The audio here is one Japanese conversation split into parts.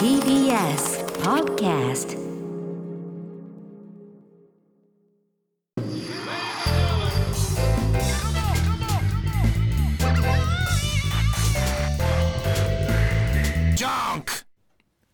TBS Podcast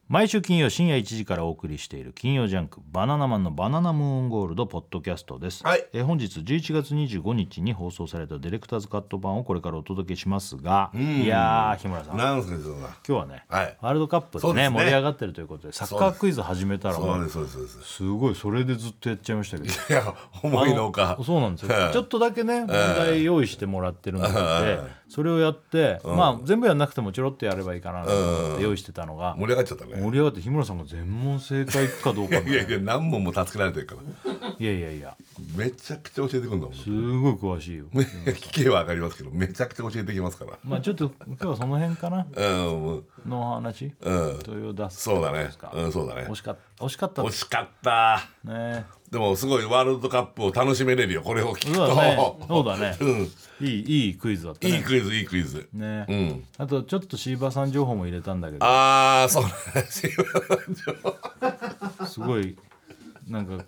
毎週金曜深夜1時からお送りしている金曜ジャンク「バナナマンのバナナムーンゴールド」ポッドキャストです、はいえー本日11月25日に放送されたディレクターズカット版をこれからお届けしますがいやー日村さん今なんすけどな。日はね、はいワールドカップでそうねですね盛り上がってるということでサッカークイズ始めたらそうです、そうです、そうです。すごいそれでずっとやっちゃい ましたけどいや、思いのほか。そうなんですよ、はいちょっとだけね問題用意してもらってるので、それをやって、まあ全部やんなくてもちょろっとやればいいかなと思って用意してたのが、盛り上がっちゃった盛ね。り上がって日村さんが全問正解いくかどうかみいたいなやいや、何問も助けられてるから。いやいやいやめちゃくちゃ教えてくるんだもん。すごい詳しいよ聞けばわかりますけど、めちゃくちゃ教えてきますから。まあちょっと今日はその辺かなうん、うんのお話うん。問いを出すそうだねですか。うん、そうだね惜。しかった惜しかった惜ですしかった。ねでも、すごいワールドカップを楽しめれるよ、これを聞くそうだねそと。う だねうん。いいいいクイズだったねいいクイズ、いいクイズ。ね、うん。あとちょっと椎葉さん情報も入れたんだけどああ、そうね。 すごいなんか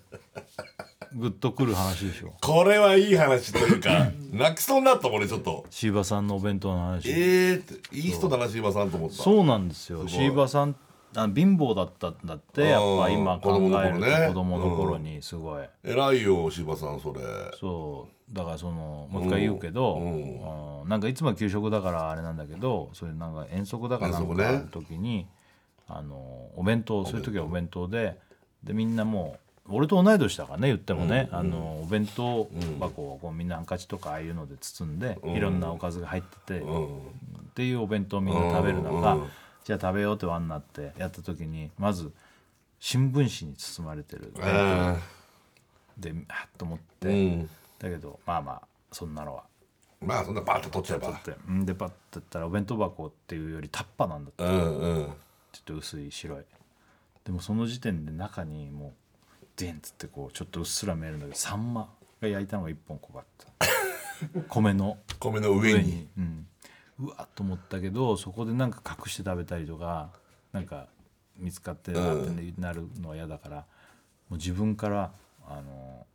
グッとくる話でしょこれはいい話というか、泣きそうになった、俺ちょっと。椎葉さんのお弁当の話ええって、いい人だな、柴さんと思った。そうなんですよい椎葉さんあ貧乏だったんだってやっぱ今考えると子子供供のの頃頃にすごい偉いよ柴さんそれそうだからそのもう一回言うけど、うんなんかいつもは給食だからあれなんだけどそれなんか遠足だからなん遠か足ねの時に、あのお弁当そういう時はお弁当ででみんなもう俺と同い年だからね言ってもね、あのお弁当箱をこうみんなハンカチとかああいうので包んで、いろんなおかずが入ってて、っていうお弁当をみんな食べる中、じゃあ食べようって輪になってやった時にまず新聞紙に包まれてる、えであっと思って。えうんだけどまあまあそんなのはまあそんなバーッと取っちゃえばってんでパッてやったらお弁当箱っていうよりタッパなんだってうんうんちょっと薄い白いでもその時点で中にもうデンっつってこうちょっとうっすら見えるんだけどサンマが焼いたのが1本こば って米の米の上上にに、うん、うわっと思ったけどそこでなんか隠して食べたりとかなんか見つかってなってなるのは嫌だから、もう自分から「あの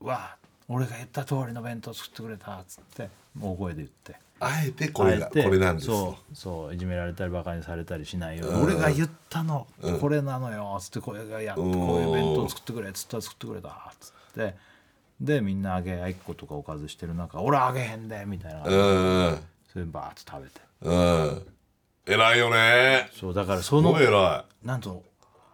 うわ俺が言った通りの弁当作ってくれた」っつって大声で言って。あえてこれがあこえてれなんですそうそういじめられたりバカにされたりしないように俺が言ったの、これなのよつってこれがやっこういう弁当作ってくれつったら作ってくれたつってでみんな揚げあいっことかおかずしてる中俺揚げへんでみたいなうんそれバーッと食べてうん偉いよねそうだからそすのごい偉なんと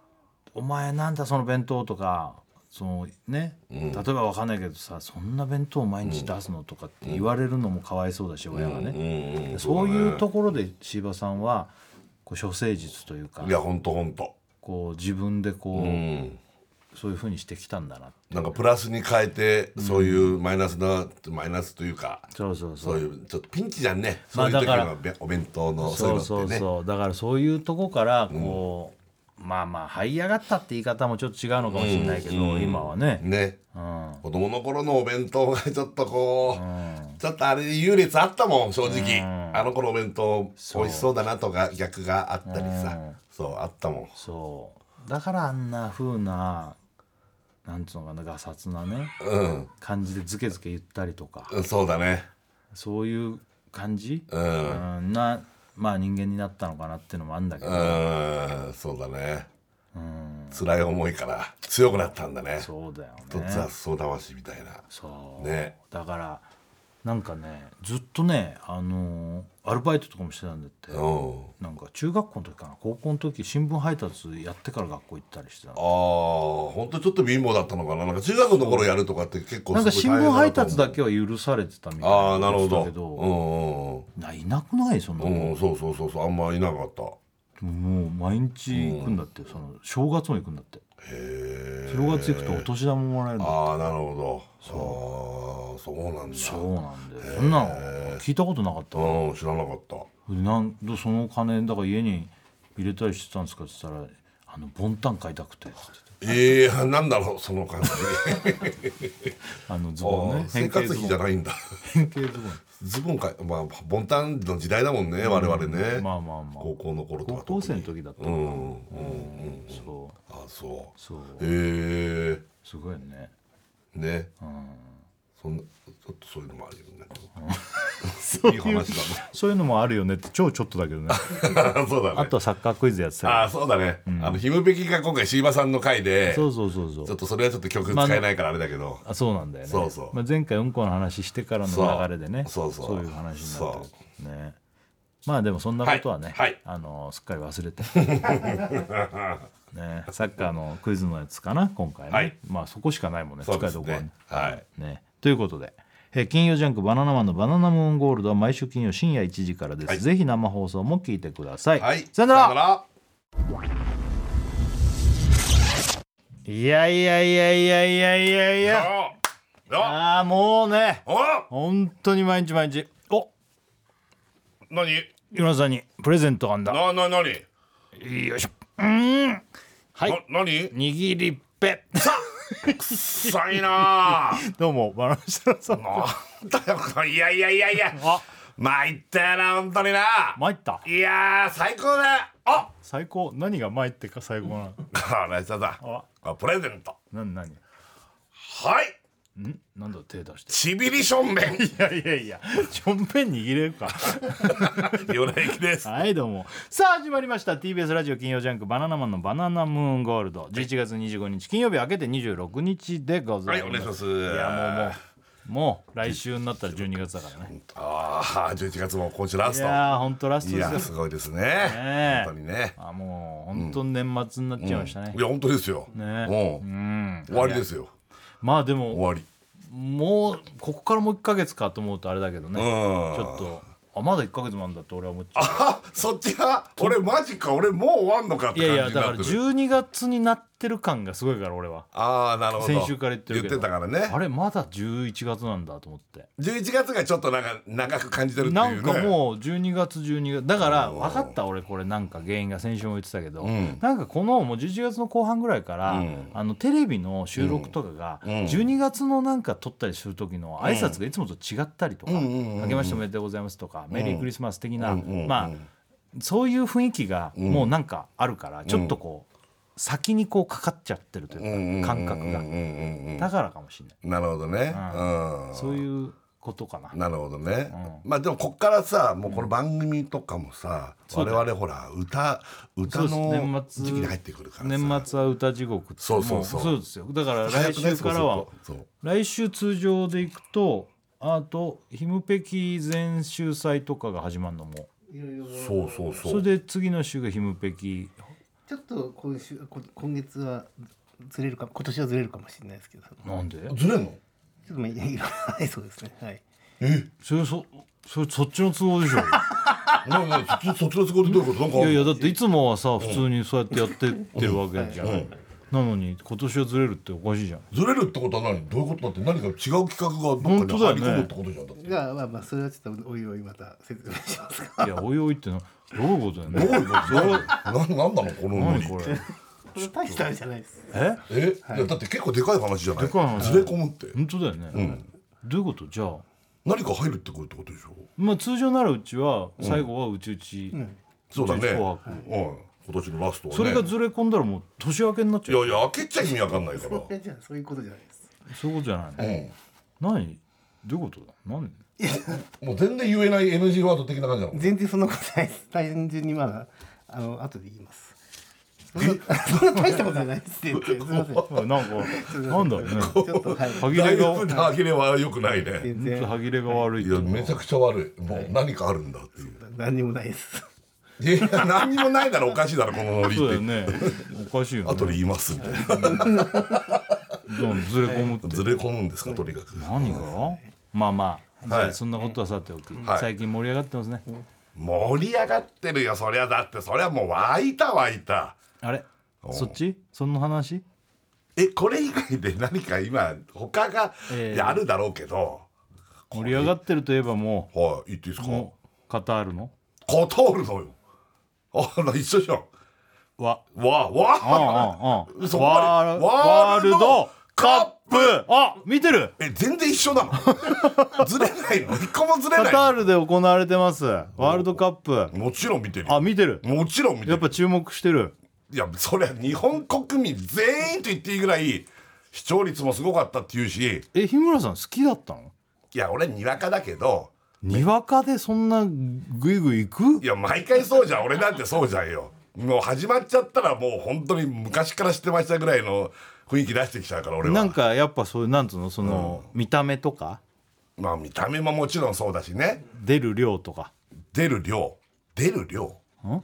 「お前なんだその弁当」とかそのね、例えばわかんないけどさそんな弁当毎日出すのとかって言われるのもかわいそうだし、親がね、いうんうんそういうところで柴さんはこう処世術というかいやほんとほんとこう自分でこう、うんそういうふうにしてきたんだななんかプラスに変えてそういうマイナスなマイナスというかそうそうそういうちょっとピンチじゃんねまそあういうだ時からのべお弁当のそういそのううそっうてねそうだからそういうとこからこう、まあまあ這い上がったって言い方もちょっと違うのかもしれないけど、今はね、ねうん、子供の頃のお弁当がちょっとこう、ちょっとあれ優劣あったもん正直、あの頃お弁当美味しそうだなとか逆があったりさ、そうあったもんそうだからあんな風ななんつうのかなガサツなねうん感じでズケズケ言ったりとかうんそうだねそういう感じ、うんうん、なまあ人間になったのかなっていうのもあるんだけど、うんそうだね辛い思いから強くなったんだねそうだよねと雑草魂みたいなそう、ねだからなんかねずっとねあのーアルバイトとかもしてたんだってうんなんか中学校の時かな高校の時新聞配達やってから学校行ったりしてたあのあ本当ちょっと貧乏だったのかななんか中学の頃やるとかって結構なんかす新ごい大聞変配だった達と思うだけは許されてたみたいああななるほことどだけどうんうんうんないなくないそんなの、うん、そうそうそうそうあんまいなかったへもう毎日行くんだって、その正月も行くんだってえ正月行くとお年玉もらえるんだってああなるほどそうそうなんだそうなんだよそんなの聞いたことなかったうん知らなかったなんどそのお金だから家に入れたりしてたんですかって言ったら「あのボンタン買いたくてええ なんだろうその感じあのズボン あねー生活費じゃないないんだ変形ズボ ズボンかまあボンタンの時代だもんね、我々ね、ンまあまあまあ高校の頃と高か校生の時だったかうなんうんうんそうあそうそうへえすごいねねうんそんなちょっとそういうのもあるよね そういいいう話そういうのもあるよねって超ちょっと だけどねそうだねあとはサッカークイズやってたりああそうだね、あのひむべきが今回椎葉さんの回でそうそうそうそうちょっとそれはちょっと曲使えないからあれだけど、あそうなんだよねそうそうまあ、前回うんこの話してからの流れでねそうそうそういう話になってるねまあでもそんなことはね、はいはいあのすっかり忘 れてねサッカーのクイズのやつかな今回ね、はいまあそこしかないもんねそう使でいすどころはねねはいねということで、えー金曜ジャンク「バナナマンのバナナムーンゴールド」は毎週金曜深夜1時からです、はいぜひ生放送も聞いてください、はいさよなららいやいやいやいやいやいやいやおおああもうねお本当に毎日毎日お何今田さんにプレゼントがあんだなななによいしょうーんはいなに握りっぺ臭いな どうもバナナシタさんなんだよこれいやいやいやいやあ参ったよな本当にな参ったいやー最高だあ最高何が参ってか最高なこれさだああプレゼントな何んはいなんだ手出してちびりしょんべんいやいやいやちょんべん握れるか 夜駅ですはいどうもさあ始まりました TBS ラジオ金曜ジャンク「バナナマンのバナナムーンゴールド」11月25日金曜日明けて26日でござはいいおます、願いしますいやもうもうもう来週になったら12月だからねああ11月も今週ラいストやーほんとラスいトやですすよごいですねねえ本当にねあもうほんと年末になっちゃいましたねい、や本当ですよ、ねううんん、終わりですよまあで終もわりもうここからもう1か月かと思うとあれだけどねうちんょっとあまだ1か月もあんだって俺は思っちゃうあそっちが俺マジか俺もう終わんのかっいてやい感じにやだかならってる12月になってる感がすごいから俺はああなるほど先週から言ってるけどたからねあれまだ11月なんだと思って11月がちょっとなんか長く感じてるってないんうねかもう12月12月だから分かった俺これなんか原因が先週も言ってたけど、んなんかこのもう11月の後半ぐらいから、うんあのテレビの収録とかがん12月のなんか撮ったりする時の挨拶がいつもと違ったりとかん「うんうんうん明けましておめでとうございます」とか「メリークリスマス」的な、うんうんうんまあそういう雰囲気がもうなんかあるから、ちょっとこう先にこうかかっちゃってるとうんうんうんういんうか感覚がうんうんうんだからかもしれない、なるほどねうんそういうことかな。なるほどね、まあでもこっからさもうこの番組とかもさ、我々ほら歌歌のそうです年末時期に入ってくるからさ年末は歌地獄ってそうそうそうもそうですよだから早来くね週からは、そうすると来週通常でいくとあとヒムペキ全集祭とかが始まるのもそうそうそうそそうれで次の週がヒムペキちょっと今週こ今月はずれるか今年はずれるかもしれないですけどちょなんでずれんのっとまあいろいろはいそうですねはいそれそそれそっちの都合でしょなんかそそっちの都合でど ういうことなんかいやいやだっていつもはさ普通にそうやってやってってるわけじゃん、うんなのに今年はずれるっておかしいじゃんずれるってことは何どういうことだって何か違う企画がどっかに本当だ入よりね込むってことじゃんだってじゃあまあまあそれはちょっとおいおいまた説明します がい やおいおいってのはどういうことだよどういねうこと ななんなのこのノ何リこれこれ大したあれじゃないですええ、いやだって結構でかい話じゃないでかい話ずれ込むって本当だよね、どういうことじゃあ何か入るってくるってことでしょまあ通常ならうちは最後はうちうち、そうだねうち紅うん今年のラストはねそれがずれ込んだらもう年明けになっちいゃうやいや開けちゃ意味わかんないからいやじゃあそういうことじゃないですそういうことじゃないの、何どういうことだ何もう全然言えない NG ワード的な感じなの全然そんなことないです単純にまだあの後で言いますそんなそんな大したことじゃないです全然すいませんあなんかなんだろ うねちょっとはい歯切だれいがぶ歯切れは良くないね全然歯切れが悪いいとや思うめちゃくちゃ悪いもう何かあるんだっていう何にもないですいや何にもないならおかしいだろこのノリそうだよってねおかしいよね後で言いますみたいなどんずれ込むってずれ込むんですかとにかく何がまあまあじゃあはいそんなことはさておき、はい最近盛り上がってますね、盛り上がってるよそりゃだってそりゃもう沸いた沸いたあれそっちその話えこれ以外で何か今他がええいやあるだろうけど、盛り上がってるといえばもはい言っていいですうかもうカタールの断るのよあら一緒じゃんわわうんうんわうんそこまワーでルワールドカップあ見てるえ全然一緒なの ずれないの一個もずれカないターのルで行われてますワールドカップもちろん見てるあよ見てるもちろん見てるやっぱ注目してるいやそれは日本国民全員と言っていいぐらい視聴率もすごかったっていうしえ日村さん好きだったのいや俺にわかだけどにわかでそんなグイグイ行くいや毎回そうじゃん俺なんてそうじゃんよもう始まっちゃったらもう本当に昔から知ってましたぐらいの雰囲気出してきちゃうから俺はなんかやっぱそういうなんつうのその、見た目とかまあ見た目ももちろんそうだしね出る量とか出る量出る量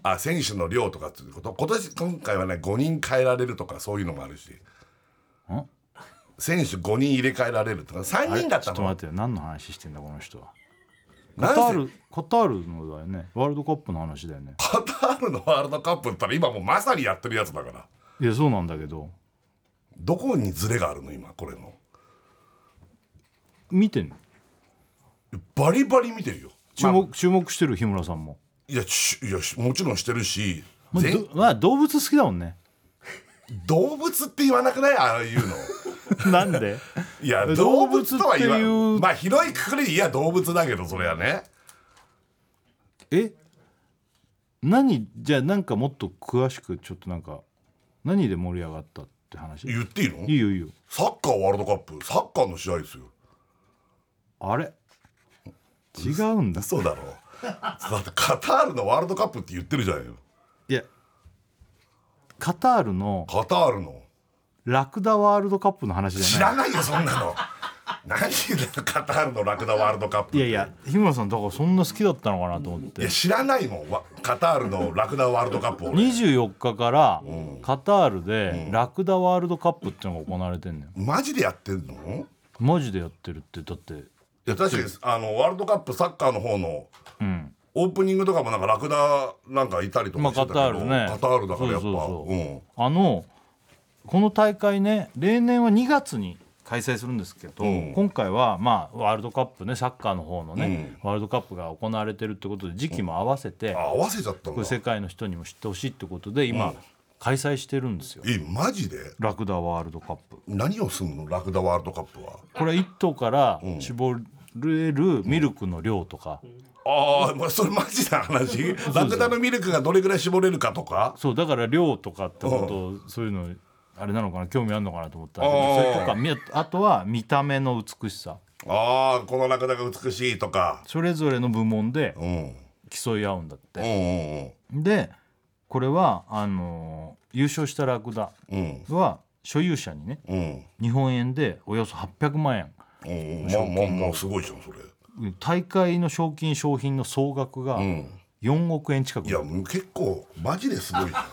あ選手の量とかっていうこと今年今回はね5人変えられるとかそういうのもあるし選手5人入れ替えられるとかあ3れ人ちょだっったとの待ってよ何の話してんだこの人はなんカせタールカタールのだよねワールドカップの話だよねカタールのワールドカップって言ったら今もうまさにやってるやつだからいやそうなんだけどどこにズレがあるの今これの見てんのバリバリ見てるよ注目、注目してる日村さんも、いやしいやしもちろんしてるしまあ全どまあ、動物好きだも んね動物って言わなくないああいうのなんでいや動 動物物とは言わっていうまあ広いくくりでいや動物だけどそれはねえ何じゃあなんかもっと詳しくちょっとなんか何で盛り上がったって話い言っていいのいよいいよサッカーワールドカップサッカーの試合ですよあれ違うんだ嘘だろだってカタールのワールドカップって言ってるじゃんよいやカタールのカタールのラクダワールドカップの話じ知ゃならないいよ そんなの何言うのカタールのラクダワールドカップっていやいや日村さんだからそんな好きだったのかなと思っいやて知らないもんわカタールのラクダワールドカップ 俺24日からカタールでラクダワールドカップってのが行われてんのよマジでやってんのマジでやってるってだっていや確かにあのワールドカップサッカーの方のうんオープニングとかもなんかラクダなんかいたりとまかあしてたカけタど、ールねカタールだからやっぱそうそうそううんあのこの大会ね例年は2月に開催するんですけど、うん今回は、まあ、ワールドカップねサッカーの方のね、ワールドカップが行われてるってことで時期も合わせて、あ合わせちゃったこのれ世界の人にも知ってほしいってことで今、開催してるんですよえマジでラクダワールドカップ。何をすんのラクダワールドカップはこれ1頭から絞れるミルクの量とか、ああまあそれマジな話ラクダのミルクがどれぐらい絞れるかとかそうだから量とかってこと、そういうのあれなのかな興味あるのかなと思ったんだけあどーそれとかみあとは見た目の美しさああこのラクダが美しいとかそれぞれの部門でうんうん競い合うんだっうんて、でこれはあのー優勝したラクダうんうんは所有者にねうん日本円でおよそ800万円うんまあまあまあすごいじゃんそれ大会の賞金商品の総額がん4億円近く、いやもう結構マジですごいじゃ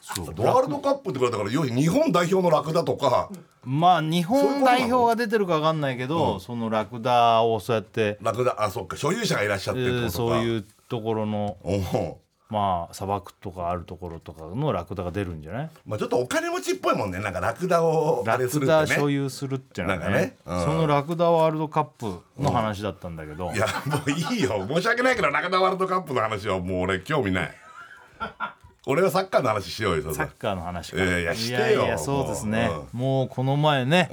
そうんワールドカップってこれだから要するに日本代表のラクダとかまあ日そういう本ことなの代表が出てるか分かんないけど、そのラクダをそうやって、ラクダあそっか所有者がいらっしゃってえるってこーとかそうういうところのんまあ砂漠とかあるところとかのラクダが出るんじゃないまあちょっとお金持ちっぽいもんねなんかラクダをあラれすクるっダて所ね有するっていうのはなんかねねうんそのラクダワールドカップの話だったんだけど、いやもういいよ申し訳ないけどラクダワールドカップの話はもう俺興味ない俺はサッカーの話しようよそサれッカーの話か、いやいやしてよいやそうですねもうもうこの前ね、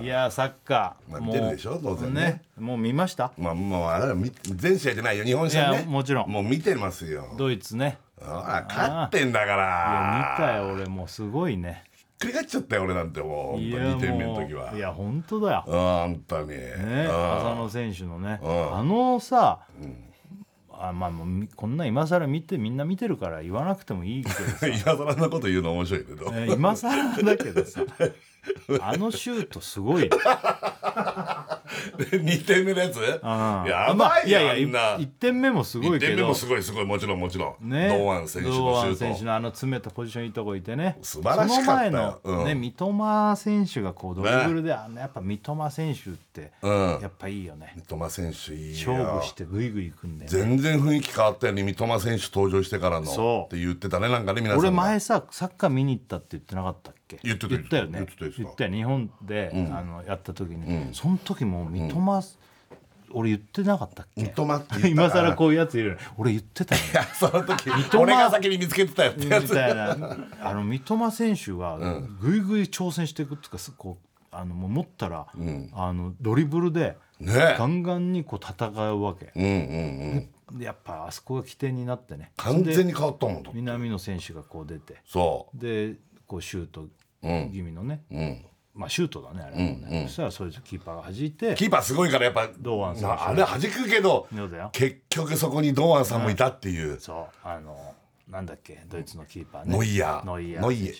いやサッカまあー見もてうるでしょ当然ねもう見ましたまあまああれは見全試合じゃないよ日本試合ねいやもちろんもう見てますよドイツねほら勝ってんだかいや見たらよ俺もうすごいねひっくり返っちゃったよ俺なんてもうい2点目の時もはういや本当だよ、うん本当にね浅野選手のね、あのさ、あまあもうみこんなん今更見てみんな見てるから言わなくてもいいけどさうん今更のこと言うの面白いけ ど、えー 今更だけどさ あのシュートすごいね、 2点目のやつうんやまばあいよ、あ、いんな1点目もすご1いけ点目どもすごいすごいもちろんもちろん、ね、堂安選手のシ堂ュ安選ー手トのあの詰めたポジションいいとこいてね素晴らしかったよその前の、ねうん三笘選手がこうドリブルで、あのやっぱ三笘選手ってうんやっぱいいよね、三笘選手いいよ勝負してグイグイいくんだよね全然雰囲気変わったように三笘選手登場してからのそっうて言ってたねなんかね皆さんが俺前さサッカー見に行ったって言ってなかったっけ言ってたよね言ってた言ってたよ日本で、あのやった時に、その時も三笘俺言ってなかったっけ三笘って言った 今更こういうやついる俺言ってたよねいや その時笘俺が先に見つけてたよってやみつたいなあの三笘選手がぐいぐい挑戦していくっていうかすこうあのもう持ったら、あのドリブルでねガンガンにこう戦うわけ、うんうんうんでやっぱあそこが起点になってね完全でに変わったもんだって南野選手がこう出てそでこうシュートううん気味のね、うんまあシュートだねあれもね、そしたらそれでキーパーが弾いてキーパーすごいからやっぱ堂安選手なあれ弾くけどそうだよ結局そこに堂安さんもいたっていうそうあのなんだっけドイツのキーパーねノイヤーノイヤーノイヤ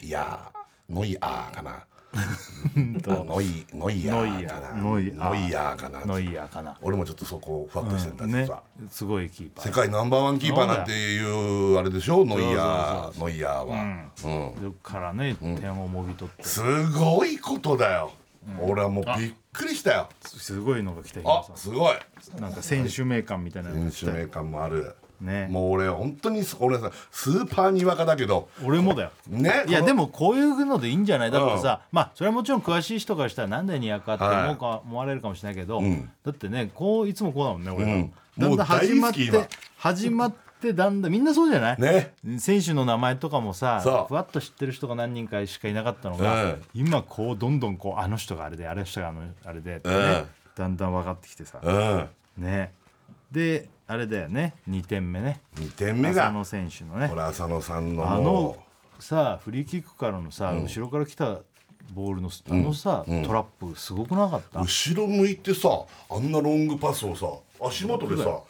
ーノイヤーかなノイノイヤーかなノイヤーノイヤーかなノイヤーかな、俺もちょっとそこふわっとしてたんだけねどさすごいキーパー世界ナンバーワンキーパーなんていうあれでしょノイヤーノイヤーはうんそれからね点をもぎ取って、すごいことだよ俺はもうびっくりしたよすごいのが来た日あ村すごいさんなんか選手名鑑みたいなのが練来習た名感もあるねもう俺本当にす俺さスーパーにわかだけど俺もだよねいやこのでもこういうのでいいんじゃないだってさ、まあそれはもちろん詳しい人からしたらなんでにやかって思うか、思われるかもしれないけど、だってねこういつもこうだもんね俺ら、うんだんだん始まっもうて大好き始まってだんだんみんなそうじゃない、ね選手の名前とかもそさうふわっと知ってる人が何人かしかいなかったのが、うん今こうどんどんこうあの人があれであれ人があのあれでってね、うんだんだん分かってきてさ、うんねであれだよね2点目ね2点目浅が野選手のねこれ浅野さんのあのもさフリーキックからのさ、後ろから来たボールのあのさ、トラップすごくなかった、う後ろ向いてさあんなロングパスをさ足元でさ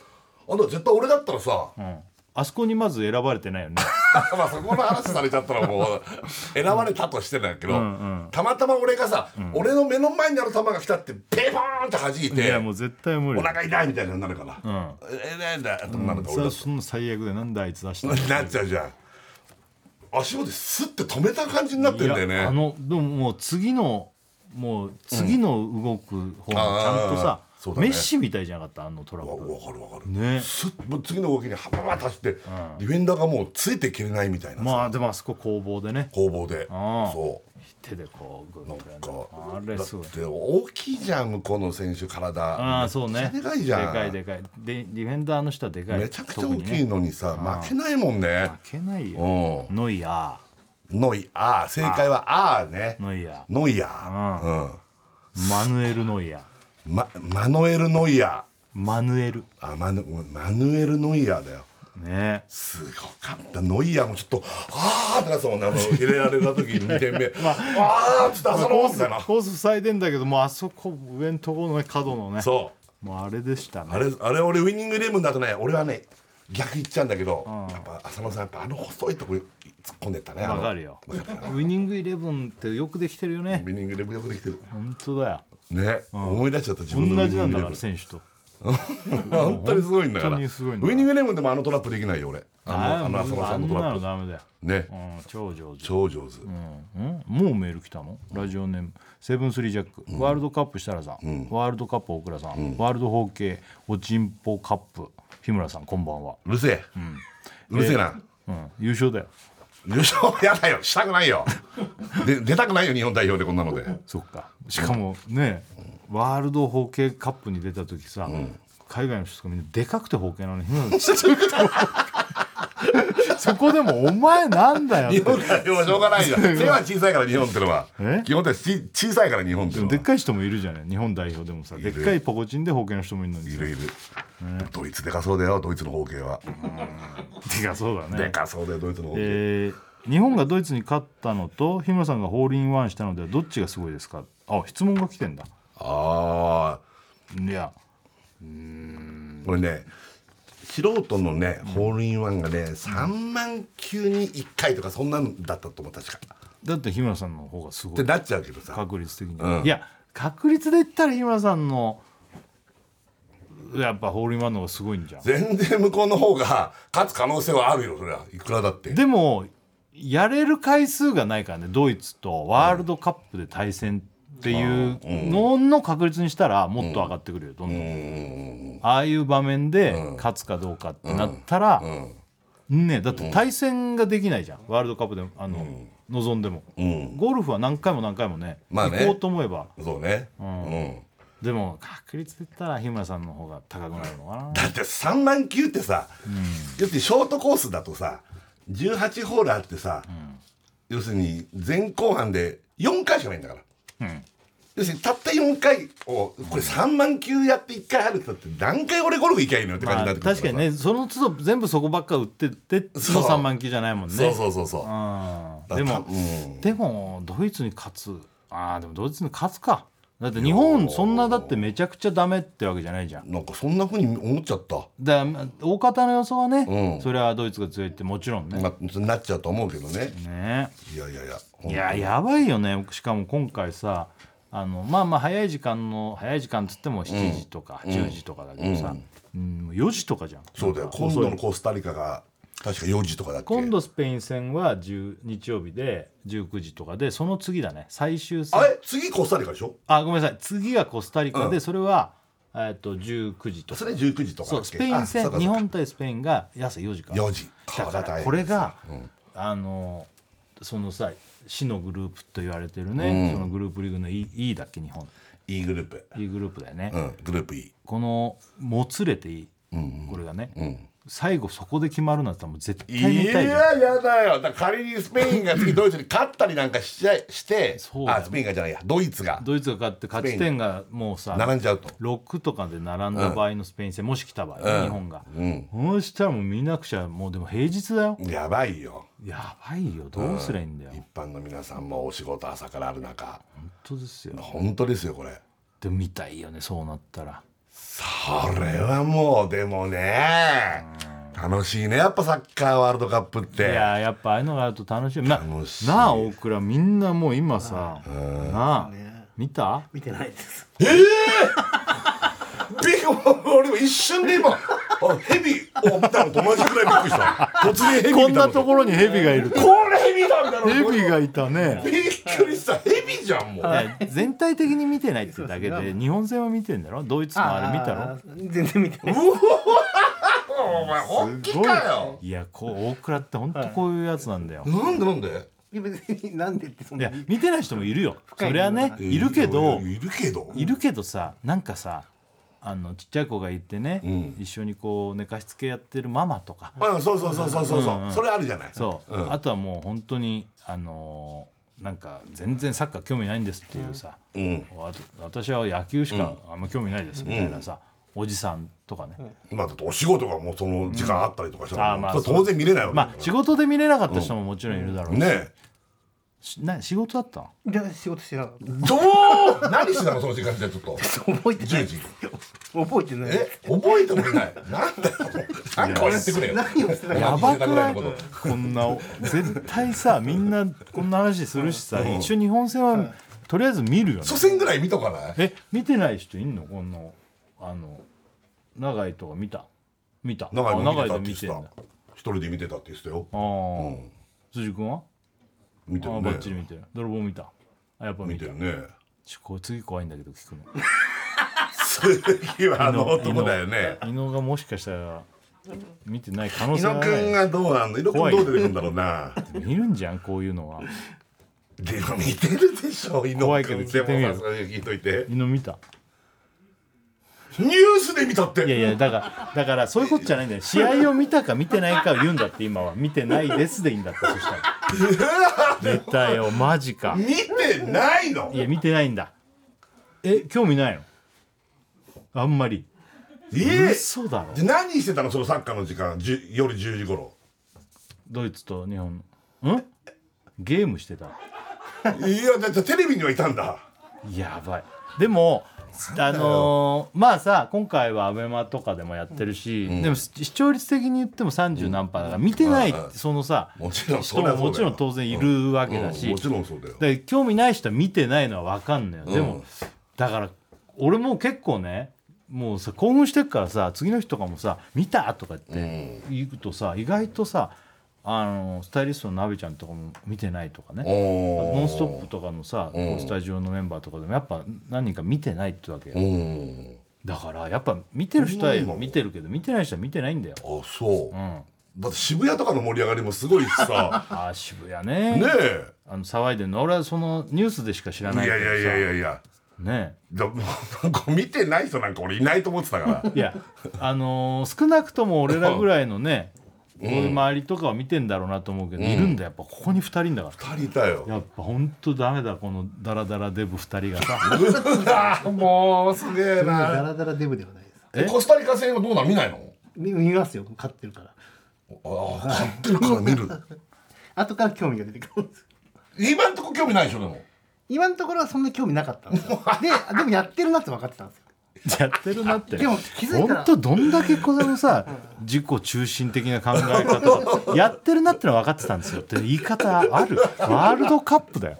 あんた絶対俺だったらさ、うんあそこにまず選ばれてないよねまあそこの話されちゃったらもう選ばれたとしてだけど、んたまたま俺がさ、俺の目の前にある球が来たってペーポーンって弾いいてやもう絶対無理お腹痛いみたいになるから、えなんだってなるから俺さだあっそんな最悪でなんであいつ出したたのら なっちゃうじゃん足元ですって止めた感じになってんだよいやあねのでももう次のもう次の動く方もちゃんとあ、さーそうだねメッシみたいじゃなかったあのトラわップわかるわかる、ねすっもう次の動きにハパパッ足して、ディフェンダーがもうついていけれないみたいなさ、まあでもあそこ攻防でね攻防でそ手でこうグうなッんとかやるあれすごいだって大きいじゃん向こうの選手体ああそうねめっちゃでかいじゃんでかいでかいでディフェンダーの人はでかいめちゃくちゃ大特にきいねのにさ、負けないもんね負けないようノイヤんノイアー正解はアーねーノイヤノイアー、ーマヌエルノイヤーうんま、マノエル・ノイアマヌエルーあマヌマヌエル・ノイアーだよねすごかったノイアーもちょっと「あー」ってなってたもんねあの入れられた時2点 目「あー」っつって「あそこ」みたいなコース塞いでんだけどもうあそこ上のところのね角のねそうもうあれでしたねあれあれ俺ウイニングイレブンだとね俺はね逆行っちゃうんだけど、やっぱ浅野さんやっぱあの細いとこに突っ込んでったねあのわかるよウイニングイレブンってよくできてるよねウイニングイレブンよくできてる本当だよね、思い出しちゃった自同分のウイじニなンんグイだレかブらン選手と本当にすごいんだから本当にすごいんだからウイニングイレブンでもあのトラップできないよ俺あのあの浅野あさんのんトなラのップダメだよね、うん超上手超上手、うんもうメール来たのラジオネームセブンスリージャック、ワールドカップ設楽さん、ワールドカップ大倉さん、ワールドホーケーおちんぽカップ日村さんこんばんは、うるせえ、うるせえな、うん、優勝だよ優勝やだよしたくない よで出たくないよ日本代表でこんなのでそっかしかもね、ワールドホーケーカップに出た時さ、海外の人がみんなでかくてホーケーなのに日村さんちっちゃくてホーケーそこでも「お前なんだよ」日って本代表はしょうがないじゃん背は小さいから日本ってのはえ基本的にち小さいから日本ってのはでっかい人もいるじゃない日本代表でもさでっかいポコチンでホーケーの人もいるのにいさるいる、ドイツでかそうだよドイツの方形は、でかそうだねでかそうだよドイツの方形、えー日本がドイツに勝ったのと日村さんがホールインワンしたのではどっちがすごいですかあ質問が来てんだああいやこれね素人のねホールインワンがね3万球に1回とかそんなんだったと思う確かっだって日村さんの方がすごていなっちゃうけどさ確率的に、うんいや確率で言ったら日村さんのやっぱホールインワンの方がすごいんじゃん全然向こうの方が勝つ可能性はあるよそれはいくらだってでもやれる回数がないからねドイツとワールドカップで対戦っていうのの確率にしたらもっと上がってくるよどんどん、ああいう場面で勝つかどうかってなったら、ねだって対戦ができないじゃんワールドカップでもあの、望んでも、ゴルフは何回も何回もね,、まあね行こうと思えばそうねうん、でも確率で言ったら日村さんの方が高くなるのかなだって3万球ってさ、要するにショートコースだとさ18ホールあってさ、要するに前後半で4回しかないんだから、要するにたった4回をこれ3万球やって1回入るってだって何回俺ゴルフ行きゃいいのよって感じまになっあ、てくる確かにねその都度全部そこばっか売ってってのそう3万球じゃないもんねそうそうそうそううんだたでも、うんでもドイツに勝つああでもドイツに勝つかだって日本そんなだってめちゃくちゃダメってわけじゃないじゃんなんかそんなふうに思っちゃった、だから大方の予想はね、うんそれはドイツが強いってもちろんね、まあ、なっちゃうと思うけどねねいやいやいやいややばいよねしかも今回さあのまあまあ早い時間の早い時間っつっても7時とか10時とかだけどさ、うん4時とかじゃんそうだよ今度のコスタリカが確か4時とかだっけ今度スペイン戦は10日曜日で19時とかでその次だね最終戦あれ次コスタリカでしょあごめんなさい次がコスタリカで、うんそれは、えっと19時とかそれ19時とかそだっうけスペインあそ戦うかそうか日本対スペインが朝4時から4時だからこれが、あのそのさ死のグループと言われてるね、そのグループリーグの E, E だっけ日本 E グループ E グループだよね、うんグループ E このもつれていい、これがね、最後そこで決まるなんてもう絶対い見たやいじゃんやだよだから仮にスペインが次ドイツに勝ったりなんかしちゃしてそうだよあスペインがじゃないやドイツがドイツが勝って勝ち点がもうさ並んじゃうと6とかで並んだ場合のスペイン戦、もし来た場合ね、日本が、そうしたらもう見なくちゃもうでも平日だよやばいよやばいよどうすりゃいいんだよ、一般の皆さんもお仕事朝からある中本当ですよ本当ですよこれでも見たいよねそうなったらそれはもうでもね楽しいねやっぱサッカーワールドカップっいてややっぱああいうのがあると楽しいな楽しいなあ大倉みんなもう今さなあ見た見てないです。びっく俺も一瞬で今あヘビを見たのと同じくらいびっくりした突然ヘビ見たのこんなところにヘビがいるこれヘビだみたいなヘビがいたねびっくりしたヘビじゃんもう全体的に見てないってだけで日本戦は見てんだろドイツのあれ見たろろ全然見てない。お前本気すごいかよいやこう大倉って本当こういうやつなんだよなんでなんで別になんでってそんいなや。見てない人もいるよそりゃねいるけどいるけどいるけどさなんかさあのちっちゃい子がいてね、ん一緒にこう寝かしつけやってるママとか、うんそうそうそうそうそうそう、うんうんそれあるじゃないそう、んあとはもう本当にあのーなんか全然サッカー興味ないんですっていうさ、うんあと私は野球しかあんま興味ないですみたいなさ、おじさんとかね、まあだってお仕事がもうその時間あったりとかしたら、あーまあそれ当然見れないわけだまかあ仕事で見れなかった人ももちろんいるだろうら、ねしな仕事だったのいや仕事してなかったえどう 何してたのその時間じゃ ちょっと覚えてな10い時覚えてないえ覚えてもいないなんだよ何か教えてくれよ何を してたかやばくないこことんな絶対さみんなこんな話するしさ、一応日本戦はとりあえず見るよね、初戦ぐらい見とかないえ見てない人いんのこのあの長井とか見た見た長井も見てたって言で見っててんだた一人で見てたって言ってたよああ、辻君は、見てああるバッチリね見てる泥棒見たあやっぱ見見たてるねちょこれ次怖いんだけど聞くの次はあの男だよね伊野がもしかしたら見てない可能伊性が野くんながどうなんの伊野くんど怖うい出てくるんだろうない見るんじゃんこういうのはでも似てるでしょ伊野怖いけくどん聞いてみようでもさそれ聞いといて伊野見たニュースで見たっいやていやだからだからそういうことじゃないんだよ試合を見たか見てないかを言うんだって今は見てないですでいいんだってそしたら絶対よマジか見てないのいや見てないんだえ興味ないのあんまりええ嘘だろで何してたのそのサッカーの時間じゅ夜10時頃ドイツと日本のんゲームしてたいやだってテレビにはいたんだやばいでもあのーまあさ今回はアベマとかでもやってるし、でも視視聴率的に言っても30何パーだから見てない、うんそのさもちろんそ人りゃそもうだよもちろん当然いるわけだし、うんもちろんそうだよで興味ない人は見てないのは分かんのよ、でうもんだから俺もう結構ねもうさ興奮してるからさ次の日とかもさ「見た!」とかって言うとさ、意外とさあのスタイリストのなべちゃんとかも見てないとかね「おーノンストップ!」とかのさ、スタジオのメンバーとかでもやっぱ何人か見てないってわけよ、うんだからやっぱ見てる人はそうなの見てるけど見てない人は見てないんだよ、あそう、うん、だって渋谷とかの盛り上がりもすごいしさあー渋谷ねねえあの騒いでるの俺はそのニュースでしか知らないいけどやいさやいやいやいやねだもう なんか見てない人なんか俺いないと思ってたからいやあのー少なくとも俺らぐらいのね、こういう周りとかは見てんだろうなと思うけど、いるんだやっぱここに2人だから。 2人いたよやっぱ本当ダメだこのダラダラデブ2人が さうわもうすげえダなラダラデブではないですえコスタリカ戦はどうなの見ないのみ見ますよ買ってるからああ買ってるから見る後から興味が出てくるんです今んとこ興味ないでしょでも今のところはそんな興味なかったんですよででもやってるなって分かってたんですよやってるなってでも気づいた本ら当どんだけこのさ自己中心的な考え方をやってるなってのは分かってたんですよって言い方あるワールドカップだよ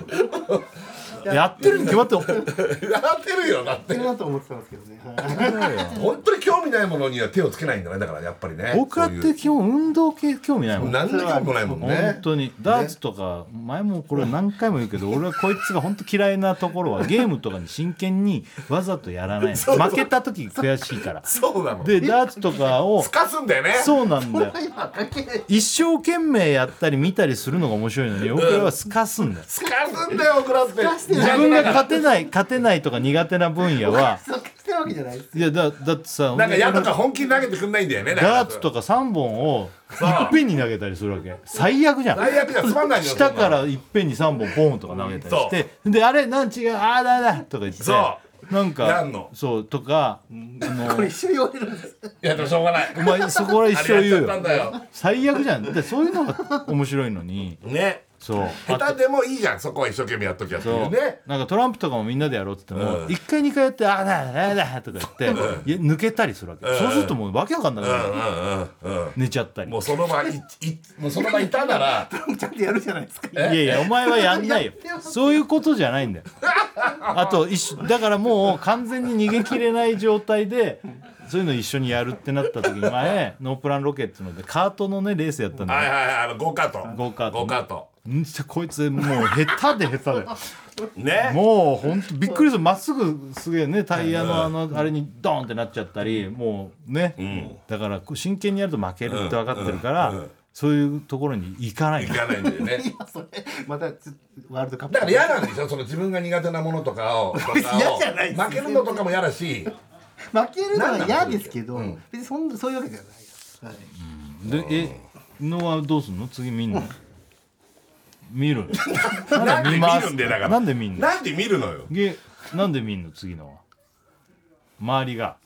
やってるに決まってやってるよだっやっててるなと思ってたんですけどねはい本当に興味ないものには手をつけないんだねだからやっぱりね僕らっそういてう基本運動系興味ないもん何で興味もないもんね本当にダーツとか前もこれ何回も言うけど俺はこいつが本当嫌いなところ はゲームとかに真剣にわざとやらないの負けた時悔しいからそうなのでダーツとかをすかすんだよねそうなんだよ今関係ない一生懸命やったり見たりするのが面白いのに僕らはすかすんだよすかすんだよ僕らって自分が勝てない勝てないとか苦手な分野 はそっかしてるわけじゃないですいやだだってさなんか矢とか本気に投げてくんないんだよねだからダーツとか3本をいっぺんに投げたりするわけ最悪じゃん最悪じゃんつまんないよ下かそんならいっぺんに3本ポンとか投げたりしてであれなん違うああだだとか言ってそなんなかんのそうとかあのこれ一緒に言われるんですのいやでもしょうがないお前そこは一生言 あれやっちゃっうよたんだよ最悪じゃんでそういうのが面白いのにねそう下手でもいいじゃんそこは一生懸命やっときゃっていそううねなんかトランプとかもみんなでやろうって言っても、うん一回二回やって「ああだだだ」とか言って、いや抜けたりするわけ、そうするともうわけわかんなくなる、うんうんうん寝ちゃったりもうその場いいもうその場いたならちゃんとやるじゃないですかいやいやお前はや んないよそういうことじゃないんだよあと一緒だからもう完全に逃げきれない状態でそういうの一緒にやるってなった時に前ノープランロケっていうのでカートのねレースやったんだはいよ、はいはいあのゴーカートゴーカートゴーカートんじゃこいつもう下手で下手でねもう本当びっくりするまっすぐすげえねタイヤのあのあれにドーンってなっちゃったりもうね、だからこう真剣にやると負けるって分かってるから、そういうところに行かない行かないんだよねそれまたちょっとワールドカップだから嫌なんでしょその自分が苦手なものとかをとかを別に嫌じゃないです負けるのとかも嫌だし負けるのは嫌ですけど別にそんなそういうわけじゃないですはいでえのはどうすんの次見んの見 るなんで見まなんで見するんだよだからなんで見んのなんで見るのよげなんで見んの次のは周りが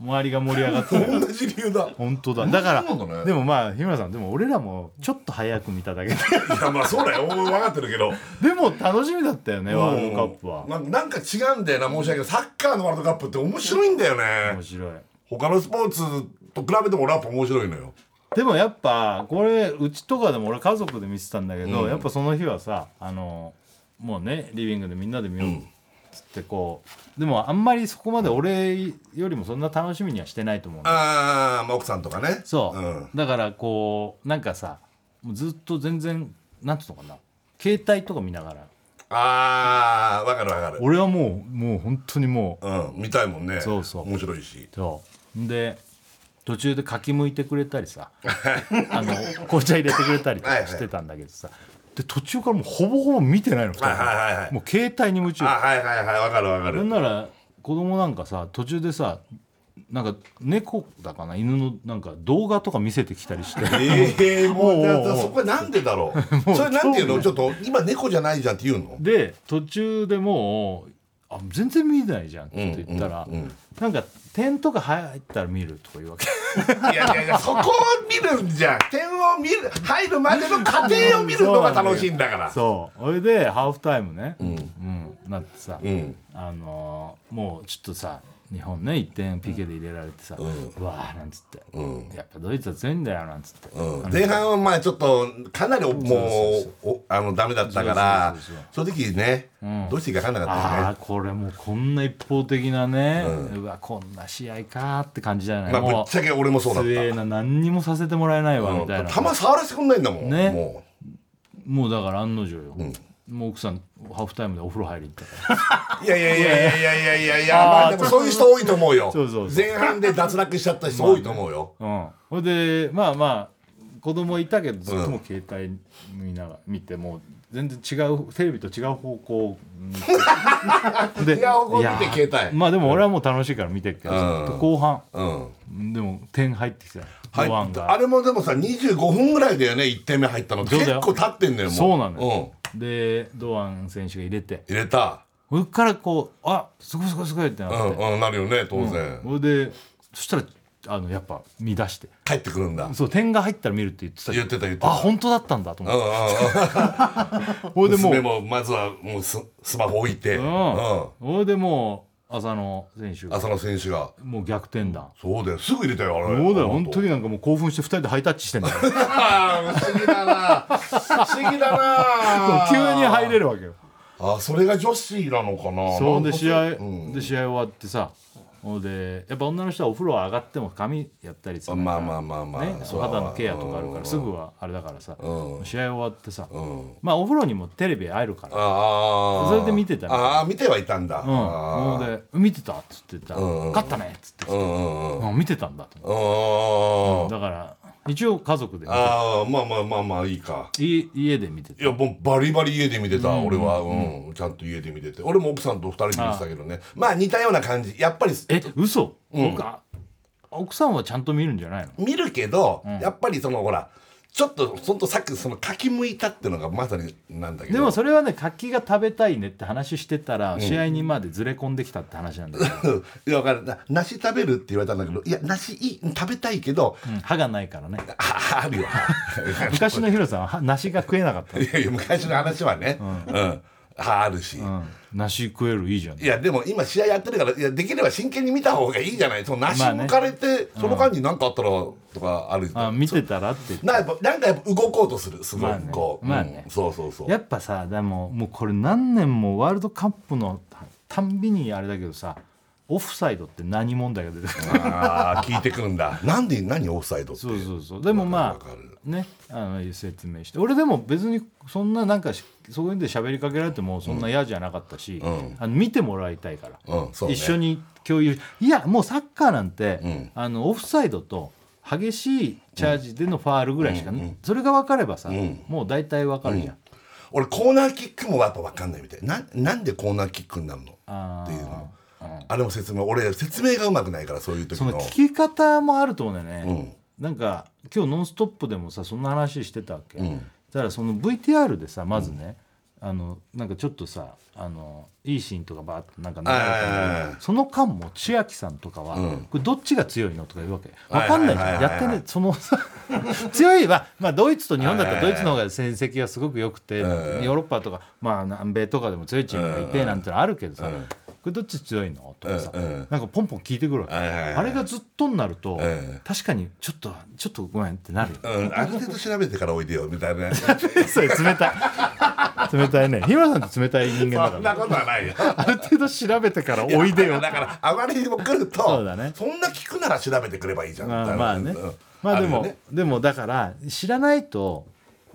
周りが盛り上が ってる同じ理由だ本当だだかそうなんだらねでもまあ日村さんでも俺らもちょっと早く見ただけで いやまあそうだよ俺分かってるけどでも楽しみだったよねワールドカップはなんなんか違うんだよな申し訳ないサッカーのワールドカップって面白いんだよね面白い他のスポーツと比べても俺はやっぱ面白いのよでもやっぱこれうちとかでも俺家族で見てたんだけど、やっぱその日はさあのもうねリビングでみんなで見ようっつってこうでもあんまりそこまで俺よりもそんな楽しみにはしてないと思うのあー、まあ奥さんとかねそう、ん、だからこうなんかさもうずっと全然なんつうのかな携帯とか見ながらああ分かる分かる俺はもうもう本当にもううん、見たいもんねそうそう面白いしそうで途中でかきむいてくれた りさあの紅茶入れてくれたりとかしてたんだけどさで途中からもうほぼほぼ見てないの、二人はいはいはいはいもう携帯に夢中あはいはいはいわかるわかなるんなら子供なんかさ途中でさなんか猫だかな犬のなんか動画とか見せてきたりして ええもおううおうおうだそこなんでだろ うそれなんていうのちょっと今猫じゃないじゃんって言うので途中でもう「あ全然見ないじゃん」って言ったら、うんうんうんなんか点とか入ったら見るとか言うわけいやいやいやそこを見るんじゃん点を見る入るまでの過程を見るのが楽しいんだからそうそれでハーフタイムね、うんんなってさ、んあのーもうちょっとさ日本ね1点 PK で入れられてさ「うわ」なんつって、やっぱドイツは強いんだよ」なんつって、うん前半はまあちょっとかなりおもうおあのダメだったからそうそう正直ねどうしていいか分かんなかったよああねこれもうこんな一方的なね、うわこんな試合かーって感じじゃない、まあぶもっちゃけ俺もそうだっ強えたな何にもさせてもらえないわみたいな、球触らせてくんないんだもんねももうだから案の定よ、もう奥さんハーフタイムでお風呂入りに行ったからういやいやいや いやいやいやいやあーまあでも そういう人多いと思うよそうそうそう前半で脱落しちゃった人多いと思うようんほいでまあまあ子供いたけどずっともう携帯見ながら見てもう全然違うテレビと違う方向 うんで違う方向見ていやー携帯まあでも俺はもう楽しいから見てるけど、うんずっと後半うんでも点入ってきてた入よっンたあがれもでもさ25分ぐらいだよね1点目入ったのそう結だよ構経ってんだよもうそうなのよ、で堂安選手が入れてうん、入れたそっからこうあすごいすごいすごいってなっうて、ん、うん、なるよね当然、それでそしたらあのやっぱ見出して帰ってくるんだそう点が入ったら見るって言ってたけ言どってた言ってたあ本当だったんだとう思んっうんうん てほいでも娘うもまずはもうススマホ置いて、うんうんほいでもう浅野選手が浅野選手がもう逆転弾そうだよすぐ入れたよあれそうだよあ本後 当になんかもう興奮して2人でハイタッチしてんだよでもあー不思議だな不思議だな 急に入れるるわけよあそれが女子なのかな そうで試合うんで試合終わってさほいでやっぱ女の人はお風呂上がっても髪やったりさまあまあまあまあ、ね、そう肌のケアとかあるからすぐはあれだからさ、うん試合終わってさ、うんまあお風呂にもテレビ入るから、ああそれで見てたねああ見てはいたんだうん、もあうーで「見てた?」っつってたらうん「勝ったね」っつって、うんうんうんあ見てたんだと思あってーだから一応家族で見てあーまあまあまあまあいいかい家で見ていてやもうバリバリ家で見てた、俺は、うん、ちゃんと家で見てて俺も奥さんと二人で見てたけどねまあ似たような感じやっぱりえ嘘、うん僕あ奥さんはちゃんと見るんじゃないの見るけど、やっぱりそのほらちょっとそんとさっきそのかきむいたってのがまさになんだけどでもそれはね柿が食べたいねって話してたら、試合にまでずれ込んできたって話なんだけど、うん いや分かるな梨食べるって言われたんだけどいや梨いい食べたいけど、うん歯がないからねああるよ 昔のヒロさんは歯梨が食えなかったいやいや昔の話はね、うんはあるし、うん梨食えるいいじゃんいやでも今試合やってるからいやできれば真剣に見た方がいいじゃないその梨まあね抜かれて、その間に何かあったらとかあるあ見てたらって言ってなやっぱなんかやっぱ動こうとするすごまあくねこう、まあねうんそうそうそうやっぱさでももうこれ何年もワールドカップのたたんびにあれだけどさオフサイドって何問題が出てくるああ聞いてくるんだなんで何オフサイドってそうそうそうでもまわかるわかあねあの説明して俺でも別にそんななんかしそういうんで喋りかけられてもそんな嫌じゃなかったし、んあの見てもらいたいから、うんそうね一緒に共有いやもうサッカーなんて、んあのオフサイドと激しいチャージでのファールぐらいしか、それが分かればさ、んもう大体分かるじゃん、俺コーナーキックもやっぱ分かんないみたいななんでコーナーキックになるのあっていうのーうんあれも説明俺説明がうまくないからそういう時そのの聞き方もあると思うんだよね、なんか今日「ノンストップ!」でもさそんな話してたわけ、だからその VTR でさまずね、あのなんかちょっとさあのいいシーンとかバーッとなんか流れはいはいてはいるその間も千秋さんとかは、これどっちが強いのとか言うわけはわいかんないじはいゃはんいはいやってねその 強いは、まあ、ドイツと日本だったらドイツの方が戦績がすごく良くて、うんヨーロッパとか、まあ、南米とかでも強いチームがいてなんてのあるけどさ、うんこれどっち強いのとかさ、うんうんなんかポンポン聞いてくるわけ、はいはいはいあれがずっとになると、ええ確かにちょっとちょっとごめんってなるよ うん、ある程度調べてからおいでよみたいなそれ冷たい冷たいね日村さんって冷たい人そ間だかんらなことはないよある程度調べてからおいでよだからあまりにも来るとそうだねそんな聞くなら調べてくればいいじゃんみたいなまあまあねうんまあでもるよねでもだから知らないと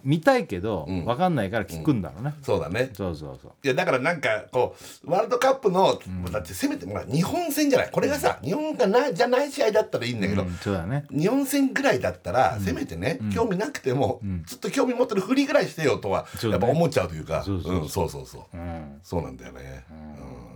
見たいけどん分かんないから聞くんだろうね、そうだねそうそうそういやだからなんかこうワールドカップの、だってせめて、まあ、日本戦じゃないこれがさ日本がなじゃない試合だったらいいんだけど、うんそうだね日本戦ぐらいだったら、せめてね、興味なくても、ちょっと興味持ってるふりぐらいしてよとは、そうやだっねぱ思っちゃうというかそうそうそううんそうそうそううんそうなんだよね、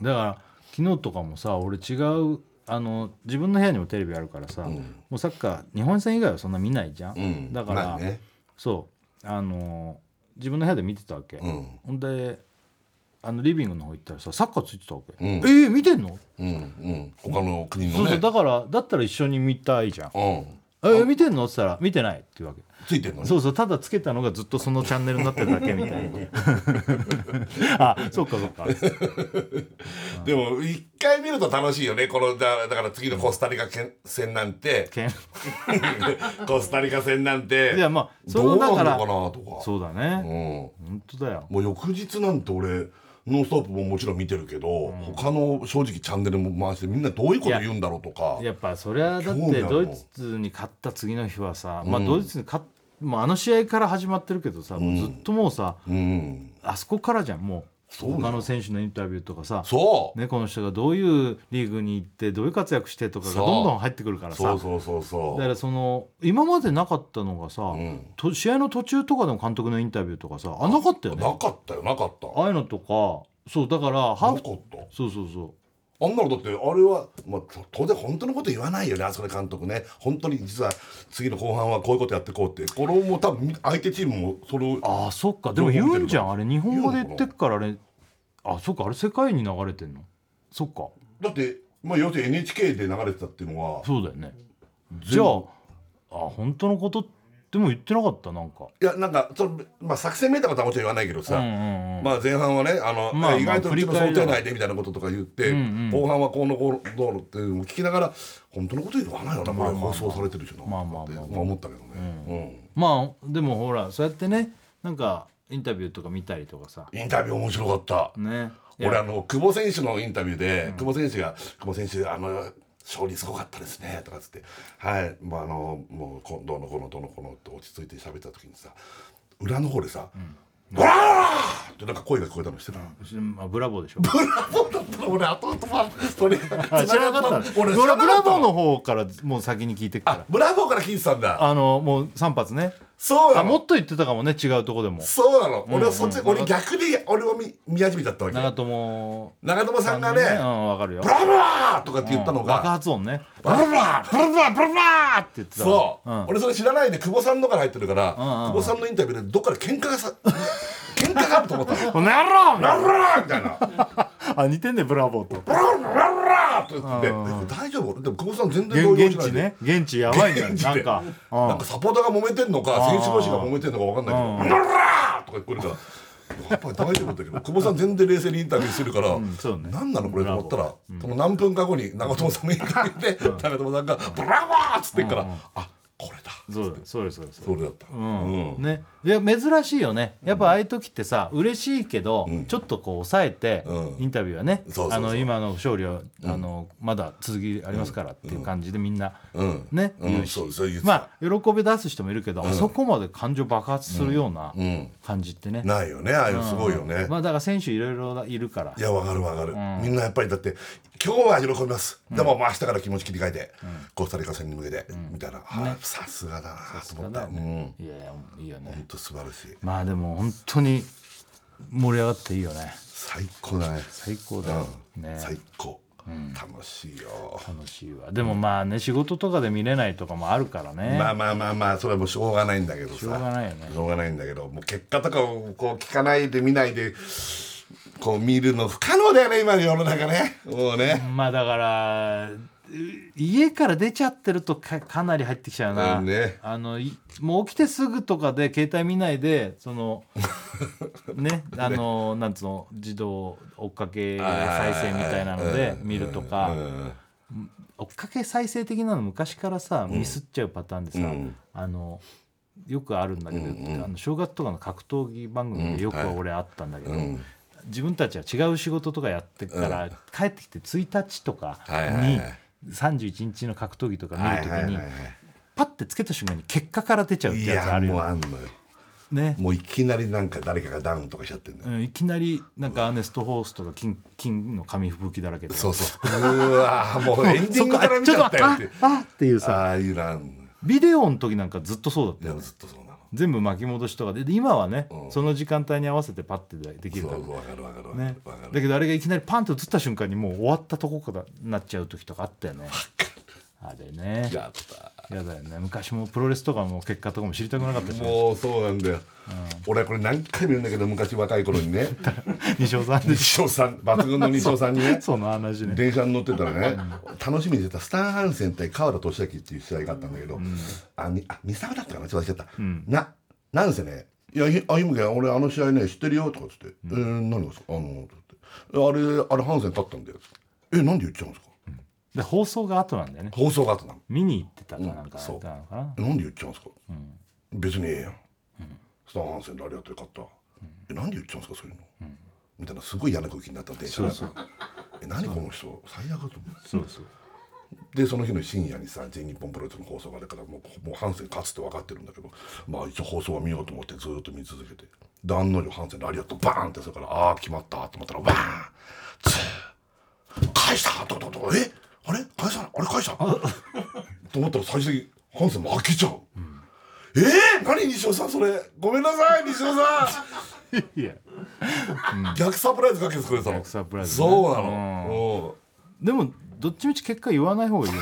だから昨日とかもさ俺違うあの自分の部屋にもテレビあるからさ、もうサッカー日本戦以外はそんな見ないじゃん、うんだから、まあねそうあの自分の部屋で見てたわけ、んほんであのリビングの方行ったらさサッカーついてたわけ、んえー、見てんの、うんうん他の国そのうねそうだからだったら一緒に見たいじゃん、うん、えー、見てんのって言ったら見てないっていうわけついてるのねそうそうただつけたのがずっとそのチャンネルになってるだけみたい な あそっかそっかでも一回見ると楽しいよねこのだだから次のコスタリカけん戦なんてけんコスタリカ戦なんていやまあそどうのなだんのかからなとかそうだね、うん本当だよもう翌日なんて俺「ノンストップ!」ももちろん見てるけど、他の正直チャンネルも回してみんなどういうこと言うんだろうとかやっぱそれはだっ興味あてるもんドイツに勝った次の日はさ、まあドイツに勝っもうあの試合から始まってるけどさ、もうずっともうさうんあそこからじゃんもうそうな他のの選手のインタビューとかさそう、ね、この人がどういうリーグに行ってどういう活躍してとかがそうどんどん入ってくるからさそうそうそうそだからその今までなかったのがさ、んと試合の途中とかの監督のインタビューとかさあなかったようねなかったよなかったああいうのとかそうだからハーなフかったそうそうそあんなのだってあれは、まあ、と当然本当のこと言わないよねあそこで監督ね本当に実は次の後半はこういうことやってこうってこれも多分相手チームもそれをうああそっかでも言うんじゃんあれ日本語で言ってっからあれあそっかあれ世界に流れてんのそっかだって、まあ、要するに NHK で流れてたっていうのはそうだよねじゃああ本当のことでも言ってなかったなんかいやなんかその、まあ、作戦見えたことはもちろん言わないけどさ、うんうんうんまあ、前半はねあの、まあまあ意外とうちの振り想返りだ定内でみたいなこととか言って、んうん後半はこうのこうのどうのっていうのを聞きながら本当のこと言わないよなこれ放送されてるしな、まあまあまあって思ったけどね、まあでもほらそうやってねなんかインタビューとか見たりとかさうんインタビュー面白かった。ねいや俺あの久保選手のインタビューで、久保選手が「久保選手あの勝利すごかったですね」とかっつって「はい、まあ、あのもうこどうのこうのどうのこうの」って落ち着いて喋った時にさ裏の方でさ「わ、ー!」ってなんか声が聞こえたのしてた。まあブラボーでしょブラボーだったの俺後々まあそれ知らなあ知らなかった俺知俺らなはブかラったボーのの方からもう先に聞いてくかあらブラボーから聞いてたんだあのもう3発ねそうなあものっと言ってたかもね違うとこでもそうなの俺はそっち俺逆に俺を見見始めちゃったわけ長友長友さんがね「うんわかるよブラボー!」とかって言ったのが、爆発音ねブラブラブラブラブラブラって言ってたわそう、うん俺それ知らないで久保さんのから入ってるから、んうんうん久保さんのインタビューでどっかで喧嘩 がさ喧嘩があると思ったのこの野郎ブラブラみたいなブあ似てんねブラボーとラブラブラって言ってうんうんて大丈夫でも久保さん全然動揺し現ない地で、ね現地やばいんだよ現地なんでかうんなんかサポーターが揉めてんのか選手同士が揉めてんのか分かんないけど「ブラブラ!」とか言ってくるから。やっぱり大丈夫だ けど久保さん全然冷静にインタビューするから、そうね何なのこれと思ったら、その何分か後に長友さんのインタビューで、長友さんが「ブラボー!」っつってっから、あこれだそうですそうですそうですそれだった、うんね、いや珍しいよねやっぱああいう時ってさ、嬉しいけど、ちょっとこう抑えて、うんインタビューはねそうそうそうあの今の勝利は、あのまだ続きありますからっていう感じでみんな、うんね、うん言うしそうそう言ってたまあ喜び出す人もいるけど、あそこまで感情爆発するような感じってね、ないよねああいうのすごいよね、まあだから選手いろいろいるからいやわかるわかる、みんなやっぱりだって今日は喜びます、でもまあ明日から気持ち切り替えて、コスタリカ戦に向けて、みたいな、はいさすがだなと思った、うんいやいいよね本当素晴らしいまあでも本当に盛り上がっていいよね最高だね最高だよ、ね最高、楽しいよ楽しいわでもまあね仕事とかで見れないとかもあるからね、まあまあまあまあそれはもうしょうがないんだけどさしょうがないよねしょうがないんだけどもう結果とかをこう聞かないで見ないでこう見るの不可能だよね今の世の中ねもうね、まあだからう家から出ちゃってるとかかなり入ってきちゃうな、うんねあのいもう起きてすぐとかで携帯見ないで そのねあのなんつうの自動追っかけ再生みたいなので見るとか、うん追っかけ再生的なの昔からさミスっちゃうパターンでさ、うんあのよくあるんだけど、あの正月とかの格闘技番組でよく俺あったんだけど、自分たちは違う仕事とかやってから、帰ってきて1日とかに、はいはいはい31日の格闘技とか見るときに、はいはいはいはいパッてつけた瞬間に結果から出ちゃうっていやつあやるもうよあんのよね。もういきなりなんか誰かがダウンとかしちゃってんだよ、うんいきなりなんかアーネスト・ホーストが金金の紙吹雪だらけでそうそううわもうエンディングから見ちゃったよあっていうあっていうさああいうなあんのよビデオの時なんかずっとそうだったよでもずっとそうなの全部巻き戻しとかでで今はね、うんその時間帯に合わせてパッてできるそかうそうわかるわかるわからねるわかるだけどあれがいきなりパンと映った瞬間にもう終わったとこからなっちゃう時とかあったよねあれねやったやだよね昔もプロレスとかも結果とかも知りたくなかったし、もうそうなんだよ、俺これ何回も言うんだけど昔若い頃に ね西尾さんでし西尾さん抜群の西尾さんにねょ その話ね電車に乗ってたらね楽しみにしてたスタンハンセン対川田俊明っていう試合があったんだけど、あみあ三沢だったかなちょっと忘れちゃった、ななんせね「いやひあゆむけん俺あの試合ね知ってるよ」とかっつって「えー、何がですかあの」つって「あれあれハンセン勝ったんだよ」えなんで言っちゃうんですかで放送が後なんだよね放送が後なの見に行ってたかなんかだったそうのかな、えなんで言っちゃうんですか、別にええやん、スタンハンセンでありがとうよかった、えなんで言っちゃうんですかそういうの、みたいなすごい嫌な空気になった電車がえ何この人最悪だと思うそうそうでその日の深夜にさ全日本プロレスの放送があるからもうもうハンセン勝つって分かってるんだけどまあ一応放送は見ようと思ってずーっと見続けて段の定反省ラリアットバーンってそれからああ決まったと思ったらバーンツー返したとととえあれ返さないあれ返したと思ったら最終的にハンセン負けちゃう、えー、何西尾さんそれごめんなさい西尾さいやん逆サプライズかけてくれたの逆サプライズねそうなの、でもどっちみち結果言わない方がいい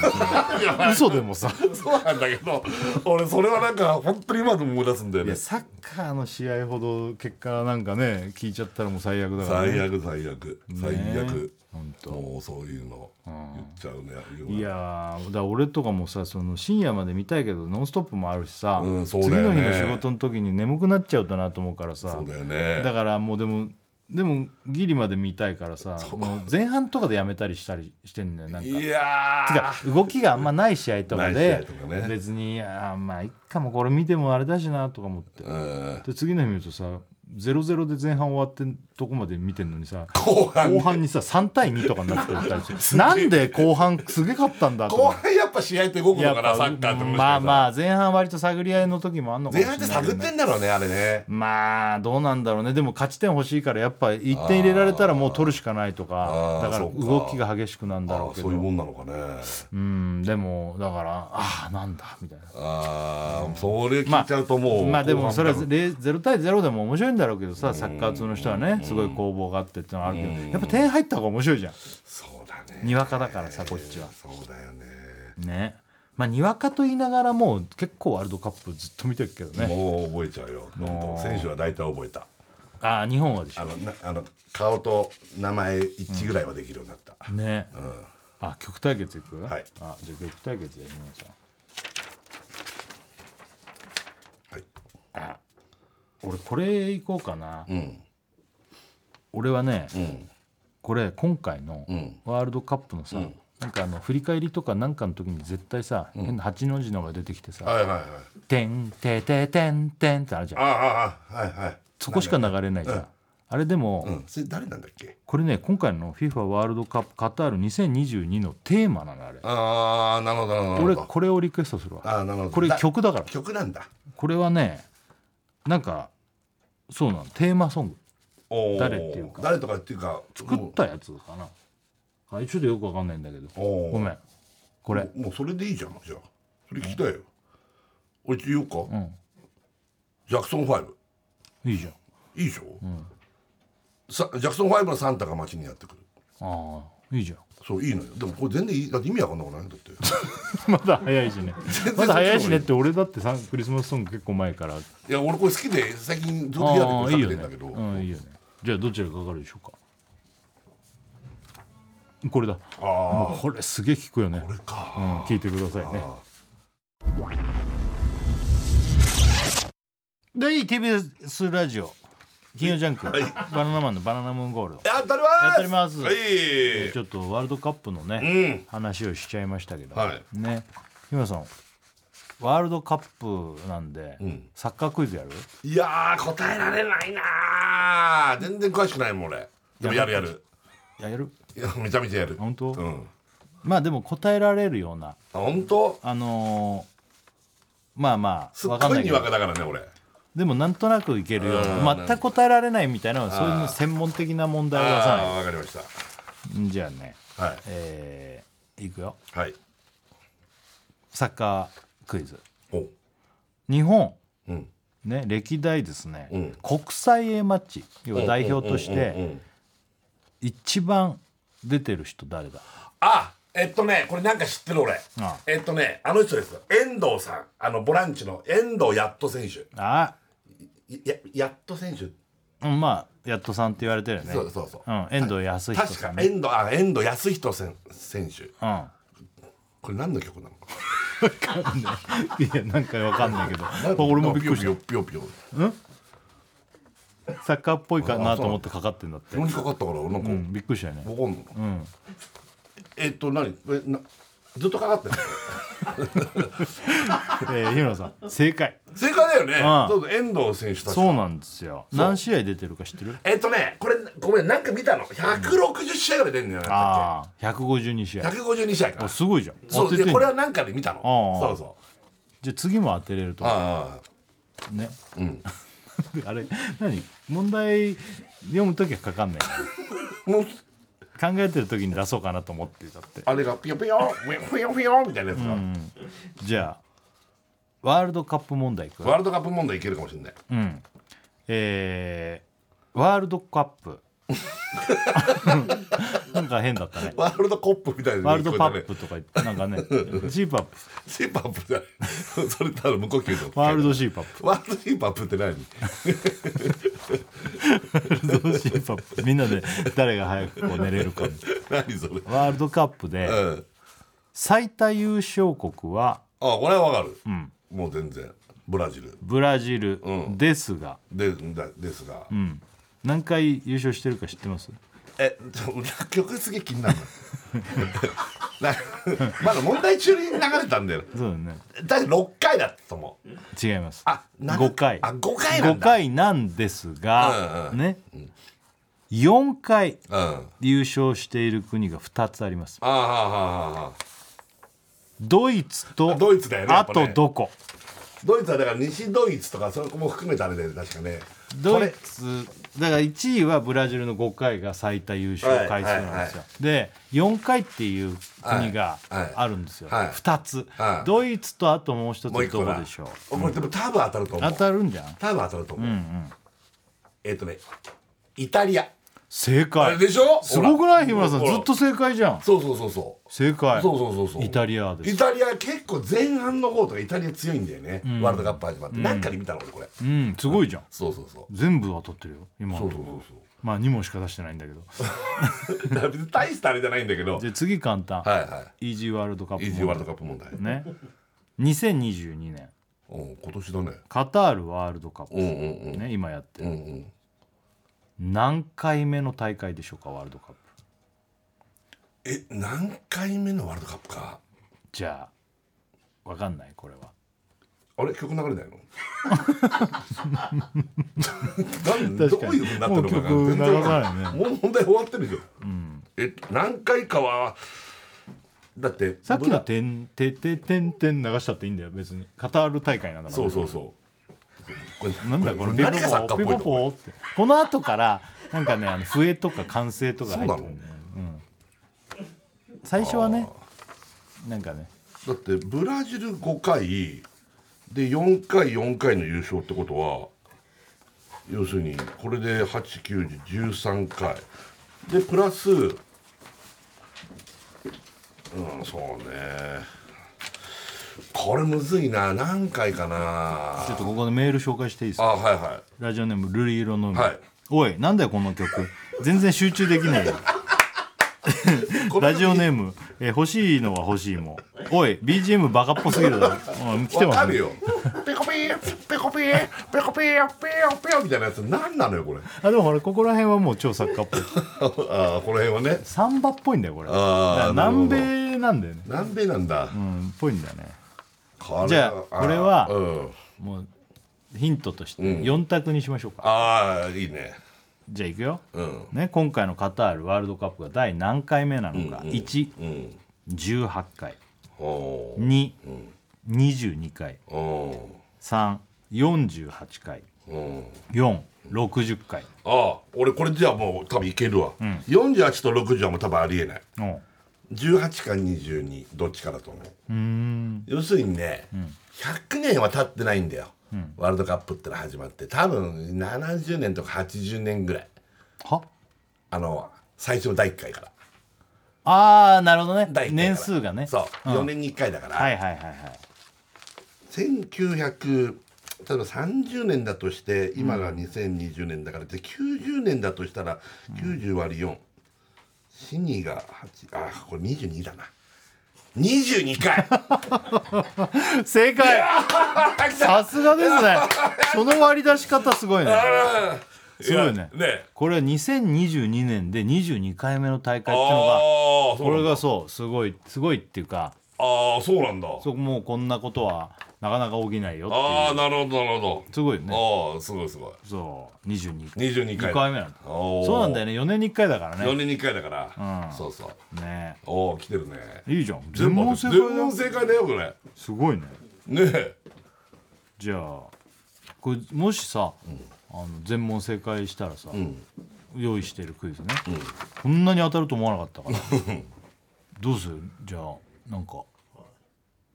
よね嘘でもさうん、そうなんだけど俺それはなんか本当にうまく思い出すんだよいねやサッカーの試合ほど結果なんかね聞いちゃったらもう最悪だから、ね、最悪最悪最悪、本当もうそういうの言っちゃうね、いやーだから俺とかもさその深夜まで見たいけど「ノンストップ!」もあるしさ、うんそう次だよのね日の仕事の時に眠くなっちゃうだなと思うからさそうだよねだからもうでもでもギリまで見たいからさもう前半とかでやめたりしたりしてんのよなんか。いやーてか動きがあんまない試合とかないで試合とかね別にあーまあいっかもこれ見てもあれだしなとか思ってうんで次の日見るとさ0-0で前半終わってんとこまで見てんのにさ後半後半にさ3対2とかになってたりしてなんで後半すげかったんだと後思って半やっぱ試合って動くのかなっサぱッカーってまあまああ前半割と探り合いの時もあんのかも前しれな半いっけてど探っね、てんだろうねあれねまあどうなんだろうねでも勝ち点欲しいからやっぱ1点入れられたらもう取るしかないとかあーだからそうか動きが激しくなんだあろあうけどそういうもんなのかねうんでもだからああなんだみたいなああそれ聞いちゃうともうまあでもそれは後半0対0でも面白いんだろうけどさサッカー通の人はねすごい攻防があってってのはあるけどやっぱ点入った方が面白いじゃんそうだねにわかだからさこっちはそうだよねねまあにわかと言いながらもう結構ワールドカップずっと見てるけどねもう覚えちゃうよどんどん選手は大体覚えたああ日本はでしあょのなあの顔と名前一致ぐらいはできるようになった、ねうんあ曲対決いくはいあじゃあ曲対決やりましょうはいあ俺これいこうかなうん俺はねうんこれ今回のうんワールドカップのさうんなんかあの振り返りとかなんかの時に絶対さ変な8の字のが出てきてさはいはいはいてんてててんてんってあるじゃんああああはいはいそこしかな流れないじゃんあれでも、うんそれ誰なんだっけこれね今回の FIFA ワールドカップカタール2022のテーマなのあれああなるほどなるほ俺どこれをリクエストするわああなるほどこれだ曲だから曲なんだこれはねなんかそうなのテーマソングおー誰っていうか誰とかっていうか作ったやつかな、あちょっとよくわかんないんだけどおーごめんこれもうそれでいいじゃんじゃあそれ聞きたいよ俺言おうか、んジャクソン5いいじゃんいいでしょ、さジャクソン5のサンタが街にやってくるああいい じゃんそういいのよでもこれ全然いいだって意味わかんなくないだって まだ早いしね然まだ早いしねって俺だってさクリスマスソング結構前からいや俺これ好きで最近ずっとあやっあていくいれよてねんだけど、うんいいよねじゃあどちらがかかるでしょうかこれだああこれすげえ聞くよねこれか、うん聞いてくださいねで TBS ラジオ金曜ジャンク、バナナマンのバナナムーンゴールドやったりやっておりまます、すはいちょっとワールドカップのうね、ん話をしちゃいましたけど、はいね日村さんワールドカップなんで、んサッカークイズやるいやー答えられないなー全然詳しくないもん俺でもやるやるややるいやめちゃめちゃやる本当うんまあでも答えられるようなあ本当あのーまあますあっわかんごないいけにどわかだからね俺でもなんとなくいけるよううなん全く答えられないみたいなそういうの専門的な問題を出さあなあわかりましたいんじゃあねはいえーいくよはいサッカークイズお日本うんね歴代ですね、うん国際 A マッチ要は代表としうんうんうんうてん一番出てる人誰だあえっとねこれなんか知ってる俺あえっとねあの人です遠藤さんあのボランチの遠藤やっと選手あいややっと選手うんまあやっとさんって言われてるよね、そうそうそうん遠藤康彦確さかん、ね、遠藤あ遠藤康人選選手かこれ何の曲なのかうんいやなんかわかんないけど俺もびっくりしよぴよぴよぴよたサッカーっぽいかなと思ってかかってんだって急にかかったからなんかうんびっくりしたよねボコンの、えっと何えなずっとかかってる えー、日村さ ん正解正解だよねああそうそう遠藤選手たちそうなんですよ何試合出てるか知ってるえっとねこれごめんなんか見たの160試合ぐらい出るんじゃなかああ152試ったっ合け152試合かおすごいじゃんそ当てうてでんじゃんこれはなんかで見たのああそうそうじゃあ次も当てれると思ああうね あれ何問題読む時はかかんないもう考えてる時に出そうかなと思ってたってあれがピヨピヨピヨピヨピヨみたいなやつが、じゃあワールドカップ問題いくワールドカップ問題いけるかもしれないうんえーワールドカッ プ なんか変だったねワールドコップみたいなワールドパッねプとか言ってなんかねジーパップシーパップじゃないそれただ無呼吸のワールドシーパップワールドシーパップって何ワールドシーパップみんなで誰が早くこう寝れるか何それワールドカップでうん最多優勝国はあこれはわかる、もう全然ブラジルブラジルうんですが、でだですが、うん何回優勝してるか知ってますえちょ俺曲すげえ気になるの なまだ問題中に流れたんだよそうだねだって6回だったと思う違いますあな5回あ5回なんだ5回なんですうが、んうんね、4回うんあー優勝している国が2つありますはーはーはーはードイツとドイツだよねやあっぱねとどこドイツはだから西ドイツとかそれも含めたあれだよね確かねドイツだから1位はブラジルの5回が最多優勝回数なんですよ、で4回っていう国がはいあるんですよ、はい2つ、はいドイツとあともう一つもう一個どこがでしょうこれでも多分当たると思当うたるんじゃん多分当たると思う、えっ、とねイタリア正あ解れでしょすごくない日ほら村さんほらずっと正解じゃんそうそうそうそう正解そうそうそうそうイタリアですイタリア結構前半の方とかイタリア強いんだよね、ワールドカップ始まって、なんかで見たの俺これうんすごいじゃんそうそうそう全部当たってるよ今そうそうそうまあ2問しか出してないんだけどそうだから別に大したあれじゃないんだけ どじゃあ次簡単、はいはイージーワールドカップいイージーワールドカップ問題、ね2022年うん、今年だねカタールワールドカップ、うんうんうんね、今やってうる、んうん何回目の大会でしょうかワールドカップえ何回目のワールドカップかじゃあわかんないこれはあれ曲流れ ないのなんど確うかいにうふうになってるのかがもう曲全然わかん流さないもう問題終わってるじゃん、え何回かはだってさっきの「てんてててんてん」流したっていいんだよ別にカタール大会なんだからそうそうそうこれなんだこれれ何ピがポ作家ポっピぽいポとこポってこの後からなんかねあの笛とか歓声とか入ってくるんだよねうん、最初はねなんかねだってブラジル5回で4回4回の優勝ってことは要するにこれで8913回でプラスうんそうねこれむずいな何回かちなょっとここでメール紹介していいですかあはいはいラジオネームルリ色の海、はいおいなんだよこの曲全然集中できないよラジオネーム、えー欲しいのは欲しいもおい BGM バカっぽすぎるだろうん来てわまかするねよ。ペコピー、ペコピー、ペコピー、ペヨペヨみたいなやつ、なんなのよ、これ。あでもほらここら辺はもう超作家っぽい ああ、この辺はね。サンバっぽいんだよこれだあからあ、なるほ南ど。米なんだよね南米なんだ。うんっぽいんだよねこれじゃあこれはうん、もうヒントとして4択にしましょうか、ああ、いいね。じゃあいくよ、うん。ね、今回のカタールワールドカップが第何回目なのか、うん。 118回おー222回お348回ーうん。 460回ああ、俺これじゃあもう多分いけるわ。48と60はもう多分ありえない。うん18か22、どっちかだと思う。要するにね、100年は経ってないんだよ、ワールドカップってのは始まって多分70年とか80年ぐらいはあの最初の第1回からああなるほどね第一回から年数がねそう、4年に1回だから、はいはいはいはい1900例えば30年だとして今が2020年だからで90年だとしたら90割4、シニが8あこれ22だな22回正解来た さすがですねその割り出し方すごいねすごいねやねこれは2022年で22回目の大会っていうのあがーそうこなんだれがそうすごいすごいっていうかああそうなんだそうもうこんなことはなかなか補えないよってああいうなるほどなるほすごいよど、ねああすごいすごいそう22 22回二回目なんだおーそうなんだよね4年に1回だか4らね年に1回だから、うんそうそうねおお来てるねいいじゃん全問正解全だよ問正解だよこれすごいねねえじゃあこれもしさ、あの全問正解したらさ、用意してるクイズね、こんなに当たると思わなかったからどうするじゃあなんか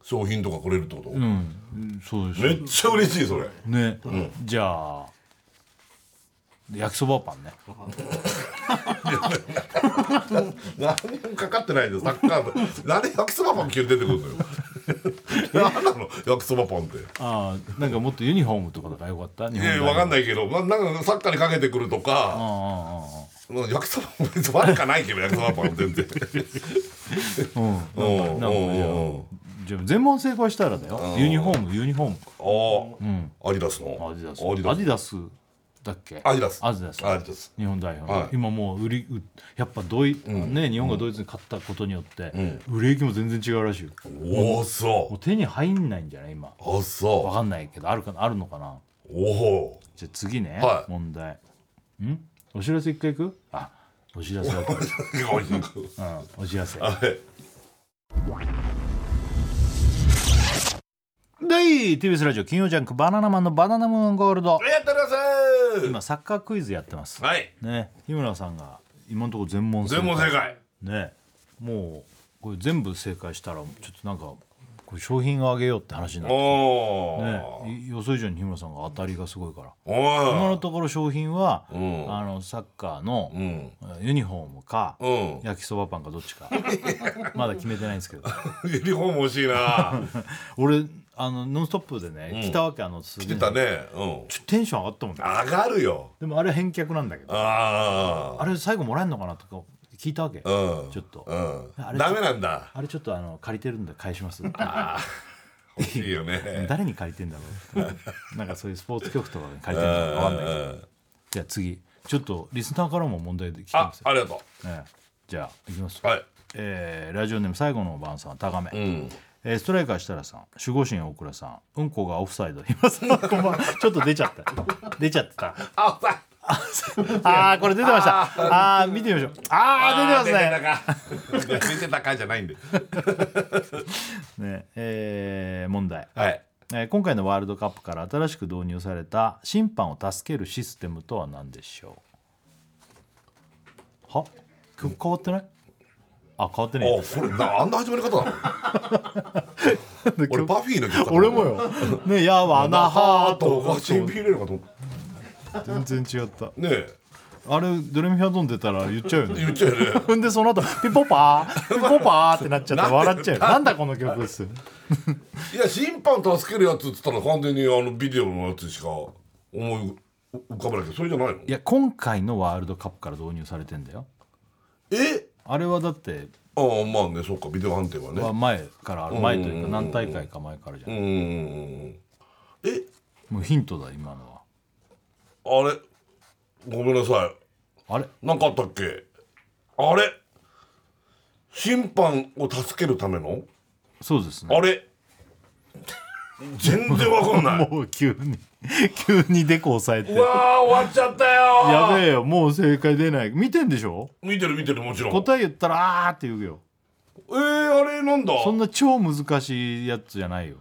商品とかくれるってこと、うんそうですめっちゃ嬉しいそれね、じゃあ焼きそばパンね何にもかかってないでサッカー部何で焼きそばパン急に出てくるの よ何なの焼きそばパンってああなんかもっとユニフォームとかだからよかった日い本代や表わかんないけど、ま、なんかサッカーにかけてくるとあか、あまあ焼きそばパン別に悪かないけど焼きそばパン全然ああああうんなんかなんかじゃあじゃあ全問正解したらだよユニフォームユニフォームああ、アディダスのアディダスアディダアスディダスだっけアディダスアディダスアディダス日本代表、はい今もう売りうやっぱドイ、ね日本がドイツに勝ったことによって、売れ行きも全然違うらしいよおおそもう手に入んないんじゃない今うあわそかんないけどあるかなあるのかなうお おじゃあ次ね、はい問題んお知らせ一回いくあお知らせだった、うーおいしいん、お知らせはい第 TBS ラジオ金曜ジャンク「バナナマンのバナナムーンゴールドありがとうございま今サッカークイズやってますすはいね日村さんが今のところ全問正全解問正解ねもうこれ全部正解したらちょっとなんかこれ商品をあげようって話になおお、ってねい予想以上に日村さんが当たりがすごいからお今おのところ商品は、んあのサッカーの、うんユニフォームか、うん焼きそばパンかどっちかまだ決めてないんですけどユニフォーム欲しいな 俺あの「ノンストップ!」でね、来たわけあのす来てげえたねうんちょテンション上がったもんね上がるよでもあれ返却なんだけどああれ最後もらえるのかなとか聞いたわけ、あうんちょっと、あうれんダメなんだあれちょっとあの借りてるんで返します 欲しいよね誰に借りてんだろ うなんかそういうスポーツ局とかに借りてるのか分かんないけどうんじゃあ次ちょっとリスナーからも問題で来てまあすよ、ありがとええじゃあいきますうはいえーラジオネーム最後の晩さん高め、うんえーストライカー設楽さん守護神大倉さんうんこがオフサイド今さんこんばんはちょっと出ちゃった出ちゃって たあおさああこれ出てましたああー見てみましょうああ出てますねますね出てたか 出てたかじゃないんでねえー問題はいえー今回のワールドカップから新しく導入された審判を助けるシステムとは何でしょうはく変わってないあ変わってねあそれなあんな始まり 方なの俺バフィーの曲かと思俺ったもよ ねやわななははーととおかしいビールかと思っ全然違ったたねえあれドレミファドン出たら言っちゃうよね言っちゃうよね ほんでその後ピポパ ーピポパーってなっちゃって笑っちゃうよなんだこの曲っすよいや審判助けるやつっつったら完全にあのビデオのやつしか思い浮かばないけどそれじゃないのいや今回のワールドカップから導入されてんだよえあれはだってああまあねそっかビデオ判定ははね前からある前というか何大会か前からじゃんうーんえもうヒントだ今のはあれごめんなさあれいなんかあったっけあれ審判を助けるためのそうですねあれ全然わかんない もう急に急にデコ押さえうてわあ終わっちゃったよやべえよもう正解出ない見てんでしょ見てる見てるもちろん答え言ったらあーって言うよえー、あれなんだそんな超難しいやつじゃないよ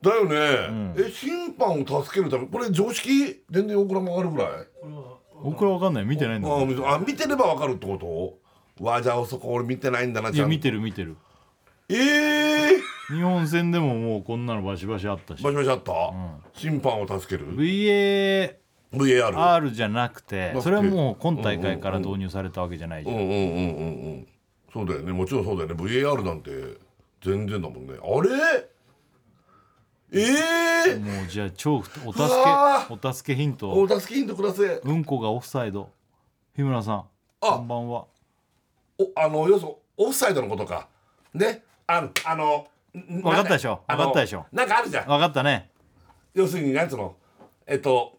だよね、え審判を助けるためこれ常識全然横も上がるぐらい僕らわかんない見てないんだあもん見てあ見てればわかるってことわあじゃあそこ俺見てないんだないちゃやん見てる見てるええ日本戦でももうこんなのバシバシあったしー、バシバシあった、審判を助ける VAR VAR じゃなくてそれはもう今大会から導入されたわけじゃないじうゃんんうんうんうんうんそうだよねもちろんそうだよね VAR なんて全然だもんねあれええー、もうじゃあ超ふお助うわけお助けヒントお助けヒントくださいうんこがオフサイド日村さんこんばんはおあの要するにオフサイドのことかねあのあのんわかったでしょなんあのわかったでしょなんかあるじゃん分かったね要するになんつうのえっと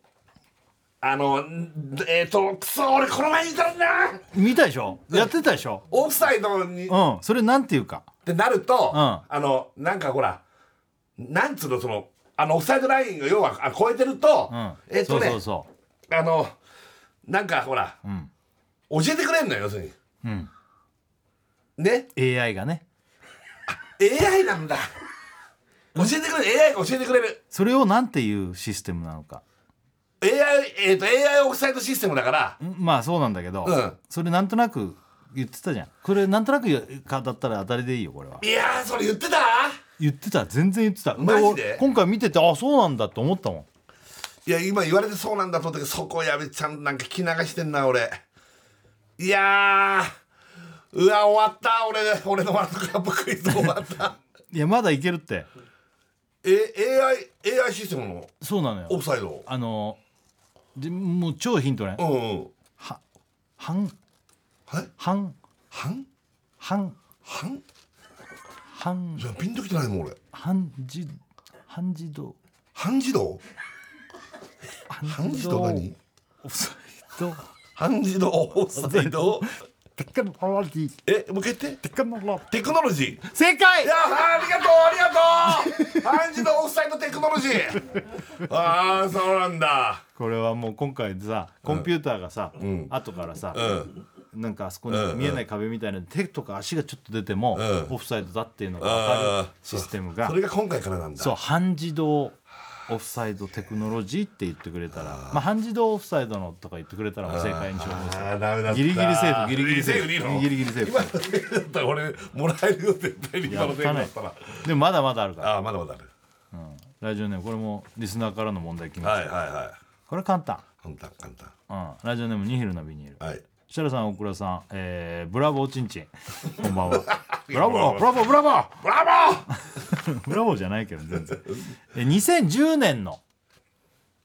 あのんえっとくそ俺この前にいたんだ見たでしょやってたでしょオフサイドにっうんそれなんていうかてなると、うんあのなんかほらなんつうのそのあのオフサイドラインを要はあ超えてると、うんえっとねそうそうそあのなんかほら、教えてくれんのよ要するに、ねう AI がね AI なんだ教えてくれる AI が教えてくれるそれをなんていうシステムなのか AI えっ、と AI オフサイドシステムだからまあそうなんだけど、うんそれなんとなく言ってたじゃんこれなんとなく語ったら当たりでいいよこれはいやーそれ言ってた言ってた全然言ってたマジで俺今回見ててあそうなんだと思ったもんいや今言われてそうなんだと思ったけどそこやべちゃんなんか聞き流してんな俺いやーうわ終わった俺俺のワールドカップクイズ終わったいやまだいけるって え AI, AI システムのそうなのよオフサイドあのでもう超ヒントねうんうんは半はい半半半半半いやピンときてないもん俺半自半 自動半自動半自動何オフサイド半自動オフサイドテクノロジーえもう一回言ってテクノロジテクノロジー正解いやありがとうありがとう半自動オフサイドテクノロジーああそうなんだこれはもう今回さコンピューターがさ、後からさ、うんなんかあそこに見えない壁みたいな手とか足がちょっと出ても、うんオフサイドだっていうのが分かあーるシステムがそそうれが今回からなんだ半自動オフサイドテクノロジーって言ってくれたらまあ、半自動オフサイドのとか言ってくれたらもう正解にしようあーダメだったギリギリセーフギリギリセーフギリギリセーフいいのギリギリセーフ今の正解だったら俺もらえるよ絶対に今やのっ正た解だねったらでもまだまだあるからああまだまだあるラジオネームこれもリスナーからの問題きまはした、いはいはいこれ簡単、簡単簡単うん、ラジオネームニヒルなビニールはい設楽さん大倉さん、えー、ブラボーチン チンこんばんはブラボーブラボーブラボーブラブラボーじゃないけど全然え2010年の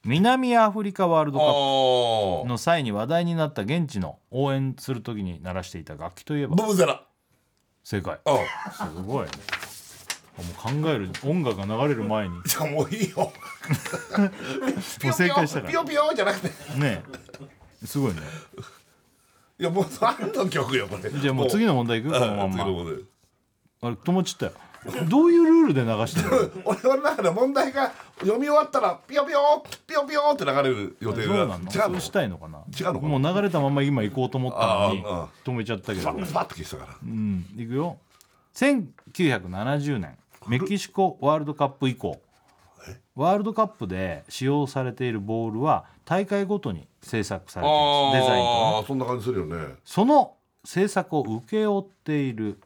南アフリカワールドボーカッおプーの際に話題になった現地の応援する時に鳴らしていた楽器といえばブブゼラ正解うんすごいねあもう考える音楽が流れる前にもじゃあもういいよう正解したかピヨらピヨじゃなくてねえすごいねいやもう何の曲よこれじゃあもう次の問題いくこのまうんん次まの問題あれ友達ってどういうルールで流してるの俺の中で問題が読み終わったらピヨピヨピヨピヨって流れる予定そうだなの違うそうのしたいのかな違うのかなもう流れたまま今行こうと思ったのにあああ止めちゃったけどパッと消したからうんいくよ1970年メキシコワールドカップ以降ワールドカップで使用されているボールは大会ごとに制作されていあますデザインとねあそんな感じするよねその制作を請け負っている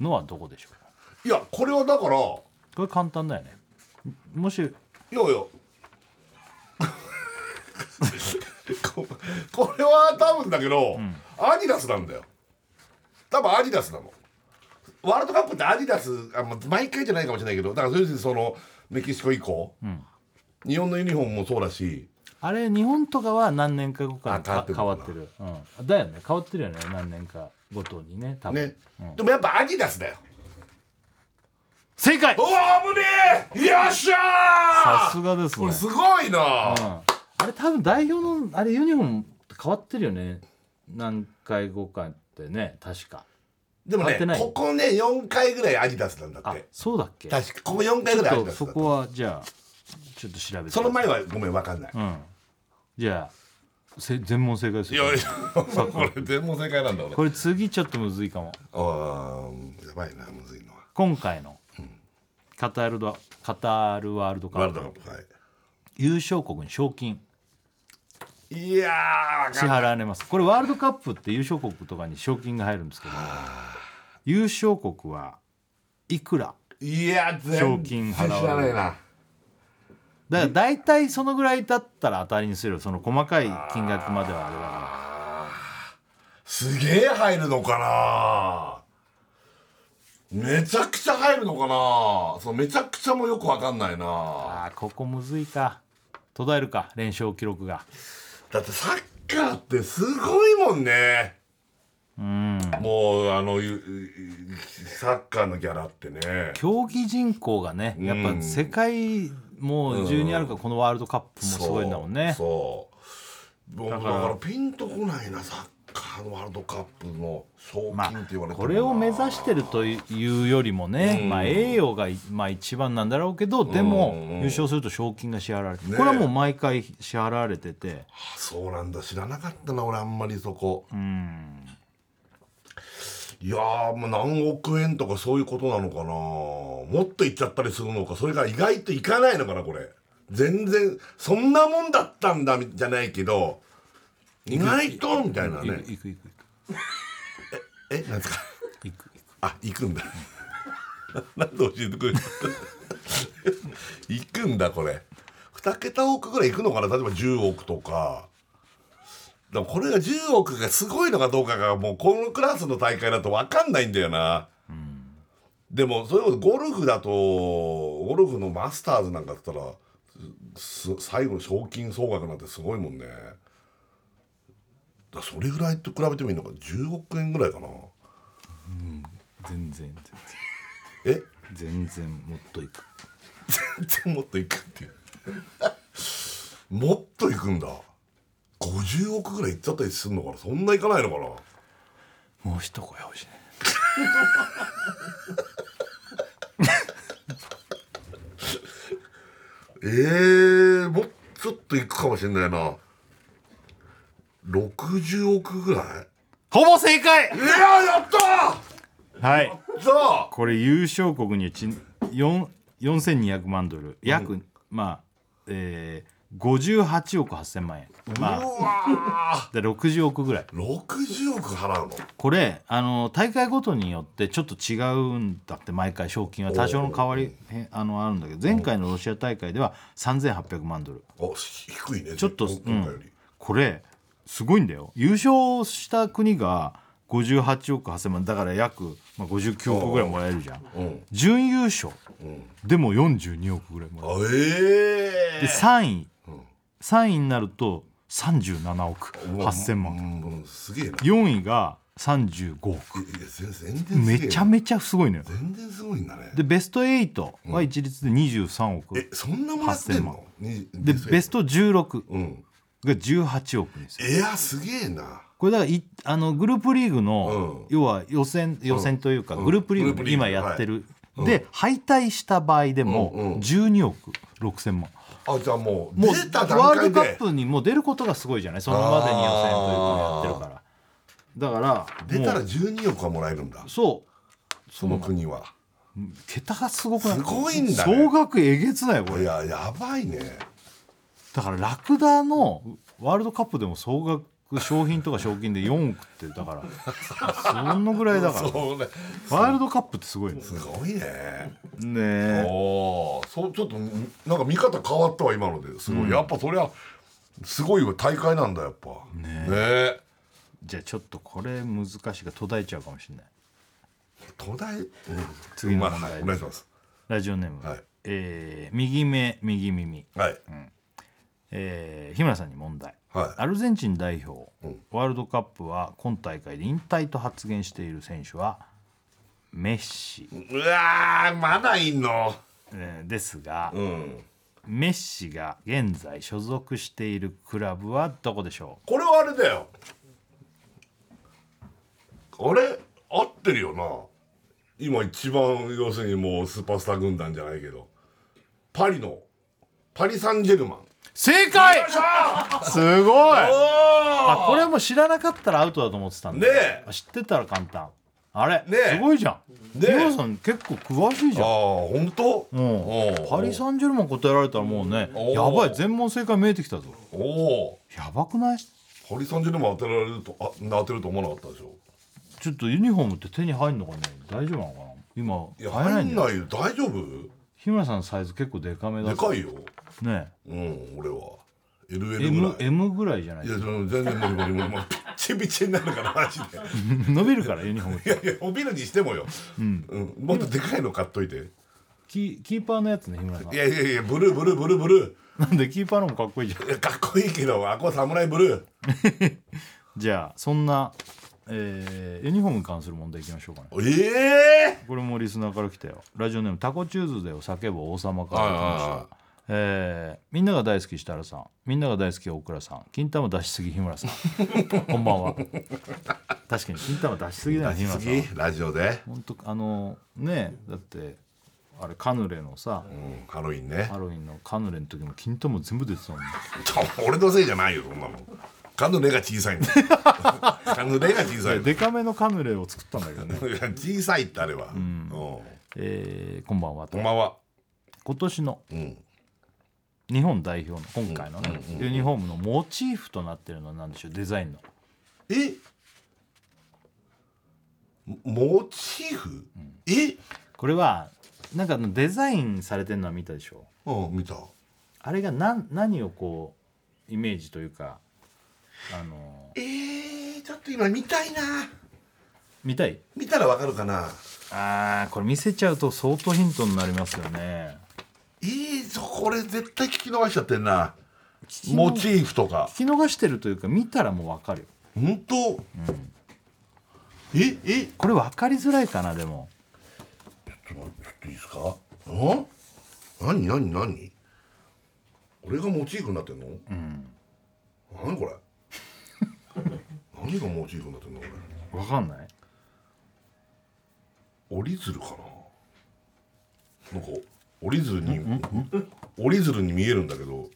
のはどこでしょうかいやこれはだからいこれ簡単だよねもしやいや ここれは多分だけど、アディダスなんだよ多分アディダスなのワールドカップってアディダスあまあ毎回じゃないかもしれないけどだから要するにそのメキシコ以降、日本のユニフォームもそうだしあれ日本とかは何年か後かあに変わってる変わってる、うん、だよね変わってるよね何年かごとにね多分ね、でもやっぱアディダスだよ正解おお危ねえよっしゃさーすがですこねれすごいな、うんあれ多分代表のあれユニフォーム変わってるよね何回後かってね確かでも合っねてないここね4回ぐらいアディダスなんだっあてそうだっけ確かここ4回ぐらいアディちょっとダスそだったこはじゃあちょっと調べてその前はごめんわかんない、うんじゃあせ全問正解すいるやいやこれ全問正解なんだ俺これ次ちょっとむずいかもあーやばいなむずいのは今回のカタールドカタールワールドカワーッルドカッププはい優勝国に賞金いやーわ支かんない払われますこれワールドカップって優勝国とかに賞金が入るんですけど優勝国はいくらいや全賞金払われる知らないなだから大体そのぐらいだったら当たりにするよその細かい金額まではあれだかすげえ入るのかなめちゃくちゃ入るのかなそうめちゃくちゃもよくわかんないならあーここむずいか途絶えるか連勝記録がだってサッカーってすごいもんねうんもうあのゆゆサッカーのギャラってね競技人口がねやっぱ世界もう中にあるからこのワールドカップもすごいんだもんねそう僕だからピンとこないなサッカーのワールドカップの賞ま金って言われてもなあこれを目指してるというよりもねまあ栄誉がまあ一番なんだろうけどでも優勝すると賞金が支払われてこねれはもう毎回支払われててあそうなんだ知らなかったな俺あんまりそこうんいやーもう何億円とかそういうことなのかなもっといっちゃったりするのかそれが意外といかないのかなこれ全然そんなもんだったんだみじゃないけど意外とみたいなね行く行くえなんですか行く行くあ行くんだ なんで教えてくれる 行くんだこれ2桁億ぐらい行くのかな例えば10億とかでもこれが10億がすごいのかどうかがもうこのクラスの大会だと分かんないんだよな、でもそれこそゴルフだとゴルフのマスターズなんかだったらす最後の賞金総額なんてすごいもんねだからそれぐらいと比べてもいいのか10億円ぐらいかな全然え全然全然もっと行く全然もっといくっていうもっといくんだ50億ぐらいいっちゃったりするのかなそんないかないのかなもう一声欲しいねえー、もうちょっといくかもしれないな60億ぐらいほぼ正解いややったはいーさあこれ優勝国にち4 4200万ドル約、まあえー、58億8000万円まあうわで60億ぐらいー60億払うのこれあの大会ごとによってちょっと違うんだって毎回賞金は多少の変わりへあのあるんだけど前回のロシア大会では3800万ドルあ低いねちょっと、う今回よんり、これすごいんだよ優勝した国が58億8000万だから約、まあ、59億ぐらいもらえるじゃん、うん準優勝、でも42億ぐらいもらえるあええで3位、3位になると37億8000万ー、うんすげえな4位が35億いや全全然すげえなめちゃめちゃすごいのよ全然すごいんだねでベスト8は一律で23億、えそんなもらってん8000万のにでベスト16うんが18億ですよいやすげえなこれだからいあのグループリーグの、う要は予選予選というか、グループリーググループのリーグ今やってる、で敗退した場合でもうんうん12億6000万あじゃあもうもう出た段ワール階ドカッでプにもう出ることがすごいじゃないそのまでに予選というかやってるからだから出たらも12億はもらえるんだうそうその国は桁がすごくないすごいんだね総額えげつないよこいれややばいねだからラクダのワールドカップでも総額賞品とか賞金で4億ってだからそのぐらいだからそうねワールドカップってすごいねすごいねねああえそうちょっとなんか見方変わったわ今のですごいやっぱそりゃすごいわ大会なんだやっぱねえじゃあちょっとこれ難しいから途絶えちゃうかもしれない東大うん次のまあ問は題いお願いしますラジオネーム、はいえー右目右耳、はいえー日村さんに問題はアルゼンチン代表、うんワールドカップは今大会で引退と発言している選手はメッシ、いうわーまだいんのえーですが、うんメッシが現在所属しているクラブはどこでしょこれはあれだよあれ合ってるよな今一番要するにもうスーパースター軍団じゃないけどパリのパリ・サンジェルマンう正解すごいああこれも知らなかったらアウトだと思ってたんだねえ知ってたら簡単あれ、ねえすごいじゃんねねええさん結構詳しいあじゃん本当うんおうパリ・サンジェルマン答えられたらもうねおやばい全問正解見えてきたぞおおやばくないパリ・サンジェルマン当てられるとあ当てると思わなかったでしょちょっとユニフォームって手に入んのかね大丈夫なのかいなや今買え入ないんんだよないよ大丈夫日村さんのサイズ結構でかめだでかいよねうん俺は LL ぐら M, い M ぐらいじゃないいやでも全然無理無理無理もうピッチピチになるからマジで 伸びるからユニフォームっいてやいやおビルにしてもよ、うんもっとでかいの買っといてキーキーパーのやつね日村さんいやいやいやブルーブルーブルーブルなんでキーパーのもかっこいいじゃんーいやかっこいいけどあこれ侍ブルーじゃあそんな、えーユニフォームに関する問題いきましょうかねええこれもリスナーから来たよラジオネームタコチューズデーを叫ぶ王様から来ましたはいはいはいえーみんなが大好き設楽さんみんなが大好き大倉さん金玉出しすぎ日村さん こんばんは確かに金玉出しすぎだよ日村さん次ラジオで、本当あのねだってあれカヌレのさうん、ハロウィンねハロウィンのカヌレの時も金玉全部出てたもんねちょ俺のせいじゃないよそんなのカヌレが小 さいんだよカヌレが小さいでのいデカめのカヌレを作ったんだけど ね、や小さいってあれは、うんえーこんばんはとこんばんは今年のうん日本代表の今回のね、ユニフォームのモチーフとなってるのは何でしょうデザインのえモチーフ、えこれはなんかあのデザインされてるのは見たでしょうん見たあれが何何をこうイメージというかあのえー、ちょっと今見たいな見たい見たらわかるかなあーこれ見せちゃうと相当ヒントになりますよねえー、そこれ絶対聞き逃しちゃってんなモチーフとか聞き逃してるというか見たらもう分かるよ本当、ええこれ分かりづらいかなでもちょっと待ってちょっといいですかん何何何俺がモチーフになってんの、何これ何がモチーフになってんのこれ分かんない折り鶴かななんか折り鶴に折り鶴に見えるんだけど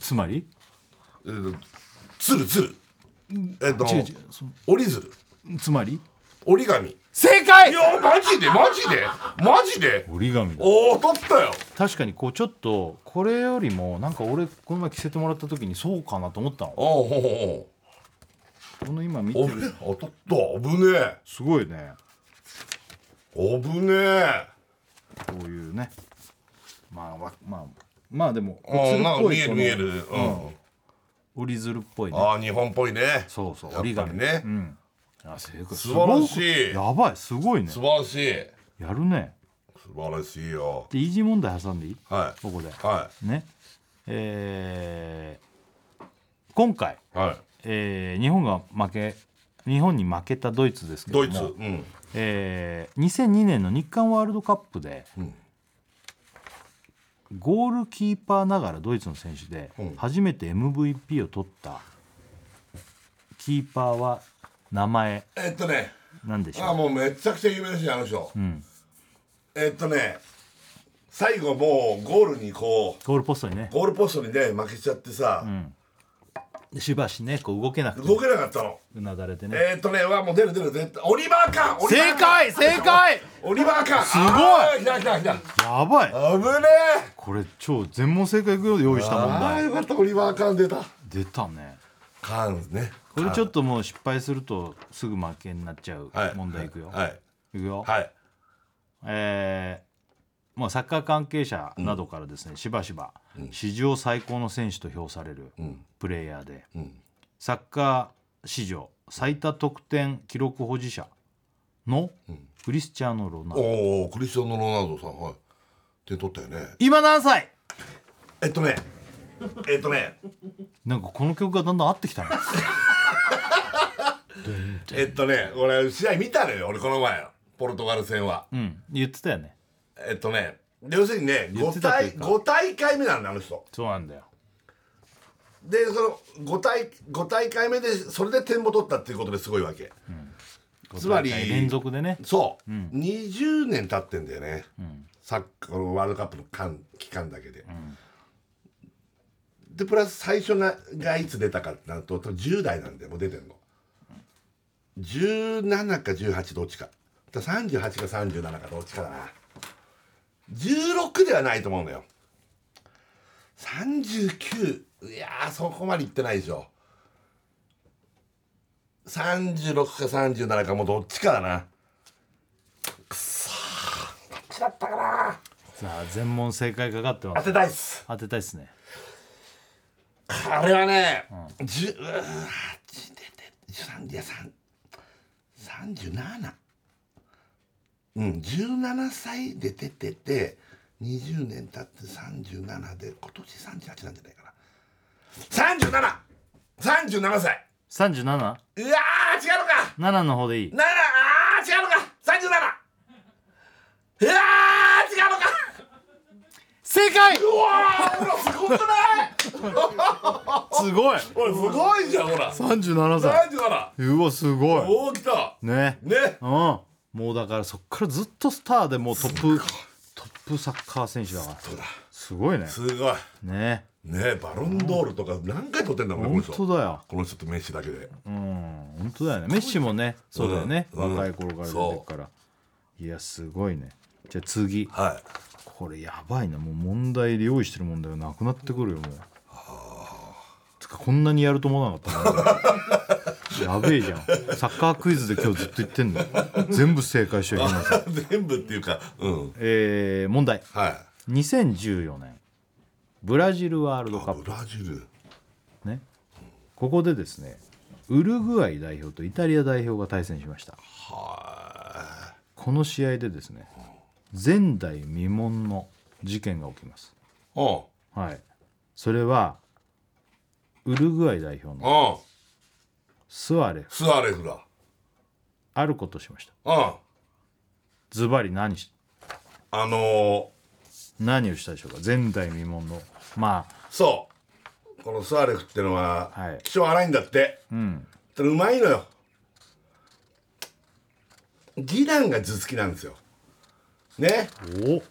つまりえー鶴鶴えっと違う違うそ折り鶴つまり折り紙正解いやマジでマジでマジで折り紙だおお当たったよ確かにこうちょっとこれよりもなんか俺この前着せてもらった時にそうかなと思ったのああほうほうほうこの今見ておるぶね当たった危ねえすごいね危ねえこういうねまあわまあまあでもあーなんか見えるこの見える、うん折り鶴っぽいねああ日本っぽいねそうそうやっ折りぱ紙りね、うんあ正解素晴らしいすごくやばいすごいね素晴らしいやるね素晴らしいよでイージー問題挟んでいいはいここではねえー今回、いはいえー日本が負け日本に負けたドイツですけどドもイツうんえー2002年の日韓ワールドカップで、んゴールキーパーながらドイツの選手でうん初めて MVP を取ったキーパーは名前えっとねなんでしああょもうめちゃくちゃ有名ですよあの人、う、うん、えっとね最後もうゴールにこうゴールポストにねゴールポストにね負けちゃってさ、しばしねこう動けなくて動けなかったのうなだれてねえっとねはもう出る出る絶対オリバーカンオリバー正カン解正解オリバーカンすご来いた来た来たやばい危ねえこれ超全問正解いくよで用意した問ああ題よかったオリバーカン出た出たねカンねこれちょっともう失敗するとすぐ負けになっちゃうはい問題いくよ、はいいくよ、はいえーまあ、サッカー関係者などからですね、しばしば史上最高の選手と評されるプレイヤーで、んサッカー史上最多得点記録保持者のクリスチャーノ・ロナウド、おおクリスチャンノ・ロナウドさんはい点取ったよね今何歳えっとねえっとねなんかこの曲がだんだん合ってきたねえっとね俺試合見たのよ俺この前ポルトガル戦はうん言ってたよねえっとね要するにね言って5たという大か五大会目なんだあの人そうなんだよでその5大五大会目でそれで点も取ったっていうことですごいわけ、つまり五大会連続でねそう、20年経ってんだよね、サッカーのワールドカップの間期間だけで、でプラス最初ががいつ出たかってなると10代なんでもう出てんの17か18どっちかだから38か37かどっちかだな16ではないと思うんだよ39いやーそこまでいってないでしょ36か37かもうどっちかだなくそーどっちだったかなさあ全問正解かかってま当すてたいっす当てたいっすねあれはね、十うわ10で13いや3 37うん17歳で出てて20年経って37で今年38なんじゃないかな3737歳 37?7 うわー違うのかの方でいいならあー違うのか37うわー違うのか正解うわーすごくないす ごいおいすごいじゃんほら37歳37うわすごいおお来たねねうんもうだからそっからずっとスターでもうトップトップサッカー選手だからそうだすごいねすごいねねバロンドールとか何回取ってんだもんねこの本人当だよこの人とメッシだけでうん本当だよねメッシもねそうだよねうん若い頃から出てるからいやすごいねじゃあ次はいこれやばいなもう問題で用意してる問題がなくなってくるよもうつかこんなにやると思わなかったなやべえじゃんサッカークイズで今日ずっと言ってんの全部正解しちゃいけません 全部っていうかうんえー、問題は2014年ブラジルワールドカッいブプラジルねここでですねウルグアイ代表とイタリア代表が対戦しましたはこの試合でですね前代未聞の事件が起きますいうんはいそれはウルグアイ代表のうんスアレススアレフだあることをしましたうんズバリ何しあの何をしたでしょうか前代未聞のまあーそうこのスアレフってのは、はい気性荒いんだってうんうまいのよ義団が頭突きなんですよねお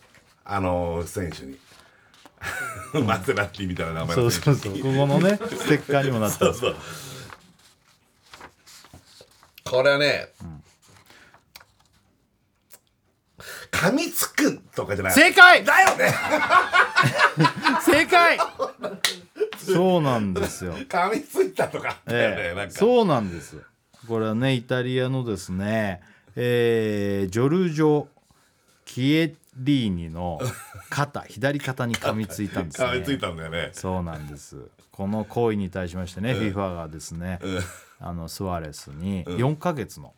あのー選手に マセラッティみたいな名前そのう選そうそうここのねステッカーにもなった手そうこれはね、噛みつくとかじゃない正解だよね 正解そうなんで すよ噛みついたとかあったよね、えなんえ、かそうなんですこれはねイタリアのですね、えージョルジョ・キエリーニの 肩左肩に噛みついたんですね噛みついたんだよねそうなんですこの行為に対しましてね FIFA がですね、あのスアレスに4ヶ月の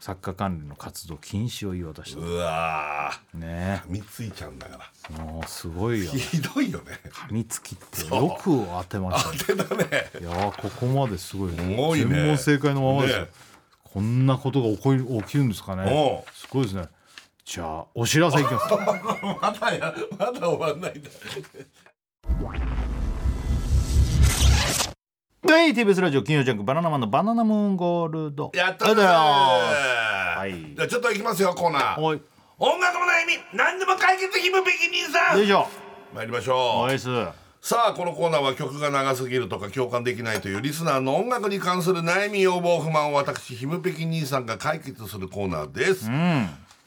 作家管理の活動禁止を言い渡した、うわねー噛みついちゃうんだからえもうすごいよねひどいよね噛みつきってよく当てましたね当てたねいやーここまですごいすごいね全問正解のままですよ、ねこんなことが起こり起きるんですかねおう すごいですねじゃあお知らせいきますまだやまだ終わんないんだはい、TBS ラジオ金曜ジャンク「バナナマンのバナナムーンゴールド」やったあーりがとうございますはいじゃあちょっと行きますよコーナーおい音楽の悩み何でも解決ひむべき人さよんいしょ参りましょおういっすさあこのコーナーは曲が長すぎるとか共感できないというリスナーの音楽に関する悩み要望不満を私ひむべき兄さんが解決するコーナーです、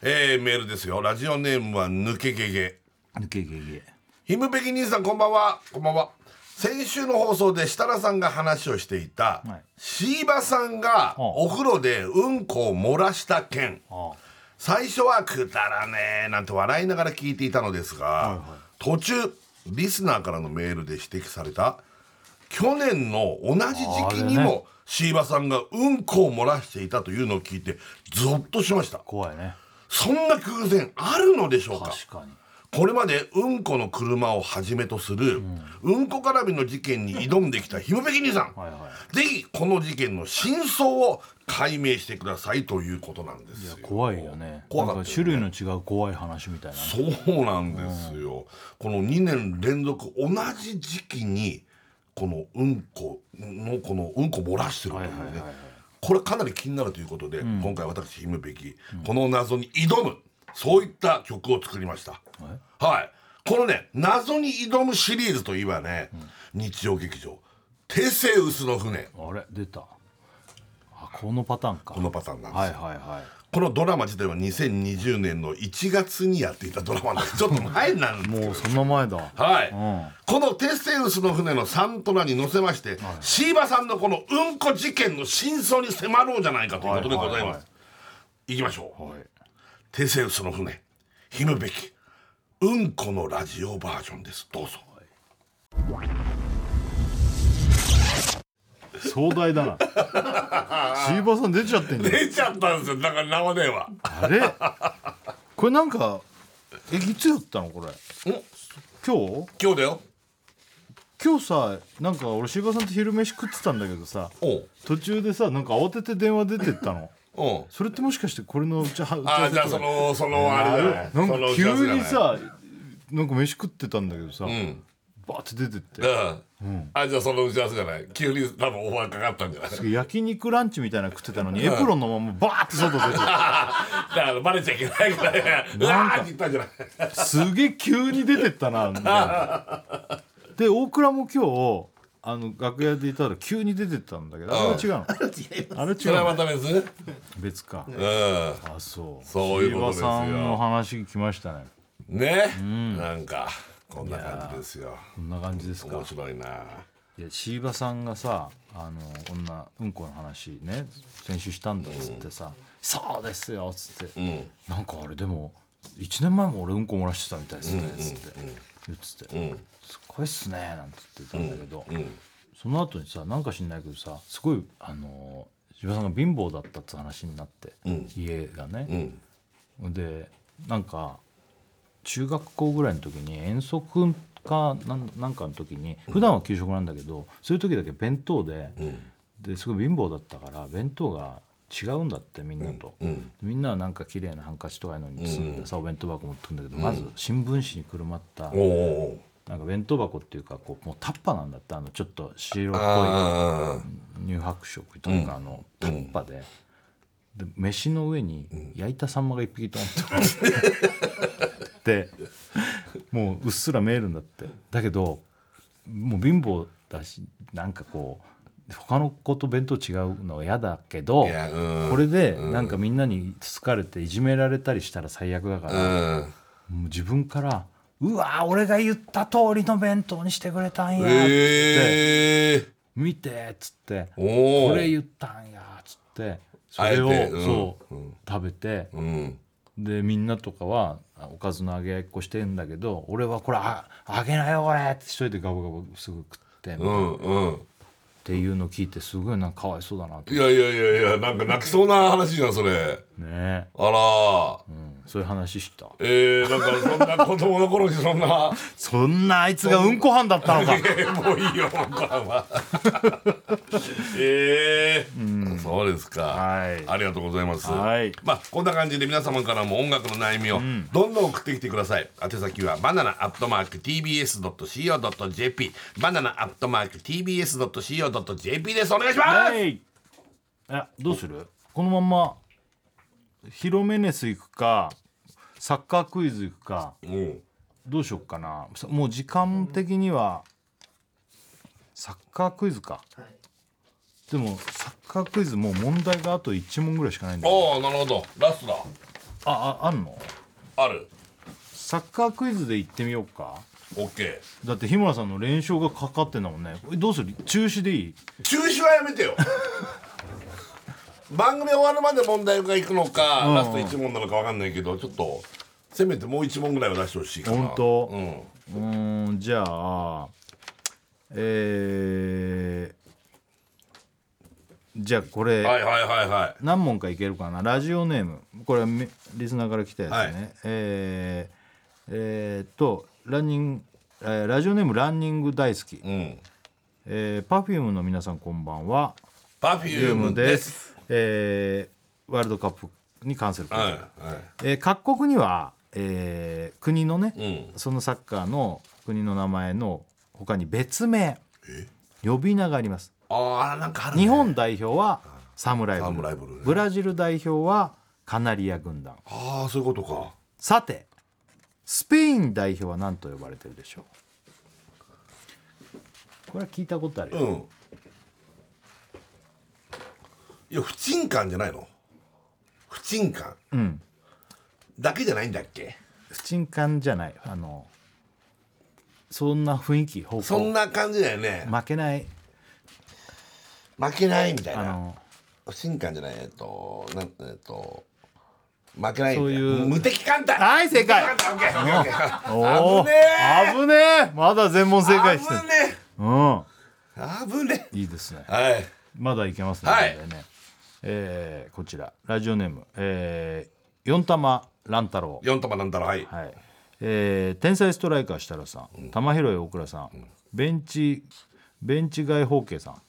えー、メールですよラジオネームは抜け毛毛抜け毛毛ひむべき兄さんこんばんはこんばんは先週の放送で設楽さんが話をしていた、はい椎葉さんがほお風呂でうんこを漏らした件あ最初はくだらねえなんて笑いながら聞いていたのですが、途中リスナーからのメールで指摘された去年の同じ時期にあれねも椎葉さんがうんこを漏らしていたというのを聞いてゾッとしました怖いねそんな偶然あるのでしょうか確かにこれまでうんこの車をはじめとする、うん、こ絡みの事件に挑んできたひむべき兄さん、はいはぜひこの事件の真相を解明してくださいということなんですよ怖いよね怖かったよねなんか種類の違う怖い話みたいなねそうなんですよ、この2年連続同じ時期にこのうんこのこのうんこ漏らしてるというね、はいはいはいはいこれかなり気になるということで、今回私ひむべき、この謎に挑むそういった曲を作りましたはいこのね謎に挑むシリーズといえばね、日曜劇場「テセウスの船あれ出たあこのパターン」かこのパターンなんですよはいはいはいこのドラマ自体は2020年の1月にやっていたドラマなんですちょっと前になるんですけどもうその前だはい、んこのテセウスの船のサントラに乗せまして、椎葉さんのこのうんこ事件の真相に迫ろうじゃないかということでございます、はいいはいはいきましょう、はいテセウスの船ひむべきうんこのラジオバージョンですどうぞ壮大だ な椎葉さん出ちゃってんじゃん出ちゃったんですよだから生電話あれこれなんかえいつやったのこれん今日今日だよ今日さなんか俺柴さんと昼飯食ってたんだけどさおう途中でさなんか慌てて電話出てったのおうそれってもしかしてこれのうちはああじゃあそのそのあれだねなんか急に、そのさなんか飯食ってたんだけどさ、バーって出てっ打ちて合わせじゃないうん、あじゃあその打ち合わせじゃない急に多分オファーかかったんじゃない焼肉ランチみたいなの食ってたのにエプロンのままバーって外出てだからバレちゃいけないからねうわーって言ったんじゃないすげえ急に出てったなみたいなで大倉も今日あの楽屋でいたら急に出てったんだけどあれは違う のあれ違それはうまのた別うん別かあそうそういうことですよ椎葉さんの話聞きましたねね、なんかこんな感じですよこんな感じですか面白いないや椎葉さんがさあのこんなうんこの話ね先週したんだっつってさ「そうですよ」っつって、なんかあれでも1年前も俺うんこ漏らしてたみたいですね」っつって言ってて、すごいっすね」なんて言ってたんだけど、その後にさなんか知んないけどさすごいあの柴さんが貧乏だったって話になって、家がね。でなんか中学校ぐらいの時に遠足かなんなんかの時に普段は給食なんだけど、そういう時だけ弁当で、ですごい貧乏だったから弁当が違うんだってみんなと、みんなはなんか綺麗なハンカチとかいうのに包んでさ、お弁当箱持ってくんだけど、まず新聞紙にくるまったおおなんか弁当箱っていうかこうもうタッパなんだってあのちょっと白っぽいあ乳白色というか、あのタッパで,、で飯の上に焼いたサンマが一匹ドンって、でもううっすら見えるんだってだけどもう貧乏だしなんかこう他の子と弁当違うのは嫌だけどいやうんこれでなんかみんなにつつかれていじめられたりしたら最悪だから、あうんもう自分から「うわー俺が言った通りの弁当にしてくれたんや」ってええ「見て」っつって「おおこれ言ったんや」っつってそれをあえてうんそう食べてうんでみんなとかはあおかずの揚げやっこしてんだけど俺はこれあ揚げなよこれって一人でガブガブすぐ食ってっうんうんていうの聞いてすごいなんかかわいそうだなといやいやいやいやなんか泣きそうな話じゃんそれねあらうんそういう話したえー、なんかそんな子供の頃にそんなそんなあいつがうんこ犯だったのかえーもういいよ僕は ええそうですか、はいありがとうございます、はいまあこんな感じで皆様からも音楽の悩みをどんどん送ってきてください、宛先はバナナアットマーク TBS.CO.JP バナナアットマーク TBS.CO.JP ですお願いします、はいあどうするこのまんまヒロメネス行くかサッカークイズ行くかうんどうしよっかなさもう時間的にはサッカークイズかでもサッカークイズもう問題があと1問ぐらいしかないんだおおなるほどラストだあああんのあるサッカークイズで行ってみようか OK だって日村さんの連勝がかかってんだもんねえどうする中止でいい中止はやめてよ番組終わるまで問題がいくのか、ラスト1問なのか分かんないけどちょっとせめてもう1問ぐらいは出してほしいかな本当うんうーんじゃあえー、じゃあこれ、はいはいはいはい何問かいけるかなラジオネームこれはめリスナーから来たやつね、はいえー、えーっとランニング、えーラジオネームランニング大好うき、んえー、Perfume の皆さんこんばんはパフュームです。えーワールドカップに関すること、はいはえー各国には、えー国のね、うそのサッカーの国の名前の他に別名呼び名がありますい。ああなんかある、ね。日本代表はサムライブルサムライブルーねブラジル代表はカナリア軍団ああそういうことか。さてスペイン代表は何と呼ばれてるでしょうこれは聞いたことあるよ、うん。いや不沈感じゃないの。不沈感。んだけじゃないんだっけ。不沈感じゃないあのそんな雰囲気方そん向な感じだよね。負けない負けないみたいあな。の不沈感じゃないえっとなんえっと。負けないみたいなそういう無敵艦隊はい正解無敵艦隊オッケーオッケーオッケーお危ねえー危ねえまだ全問正解してるう危ねえ危ねんいいですねえはいまだいけますね。はいこれねえーこちらラジオネーム、えー、四玉乱太郎。四玉なんだろうはいはい。えー天才ストライカー設楽さん、玉広い大倉さん、ベンチベンチ外方形さん、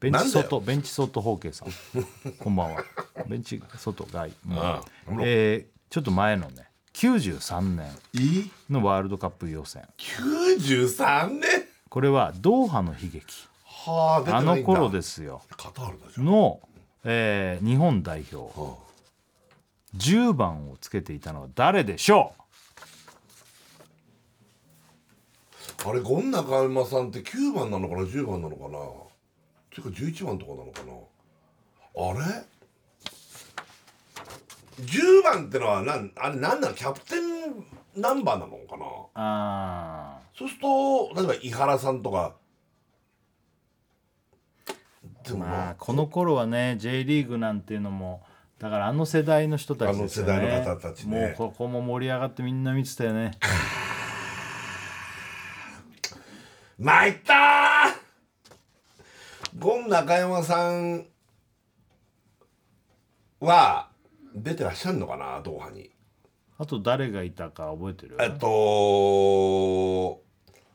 ベンチなんだ外よベンチ外方 形さん、こんばんは。ベンチ外外。うんあえーちょっと前のね、93年いいのワールドカップ予選。 93年これはドーハの悲劇。はあ出てなあいんだの頃ですよ。カタールだじゃんの、えー日本代表は10番をつけていたのは誰でしょああれゴン中山さんって9番なのかな10番なのかなていうか11番とかなのかなあれ10番ってのはなんあれなんなのキャプテンナンバーなのかなあそうすると例えば井原さんとかでーもまあなこの頃はね J リーグなんていうのもだからあの世代の人たちですよねあの世代の方たちねもうここも盛り上がってみんな見てたよね参ったーゴン中山さんは出てらっしゃるのかなドーハにあと誰がいたか覚えてるえっと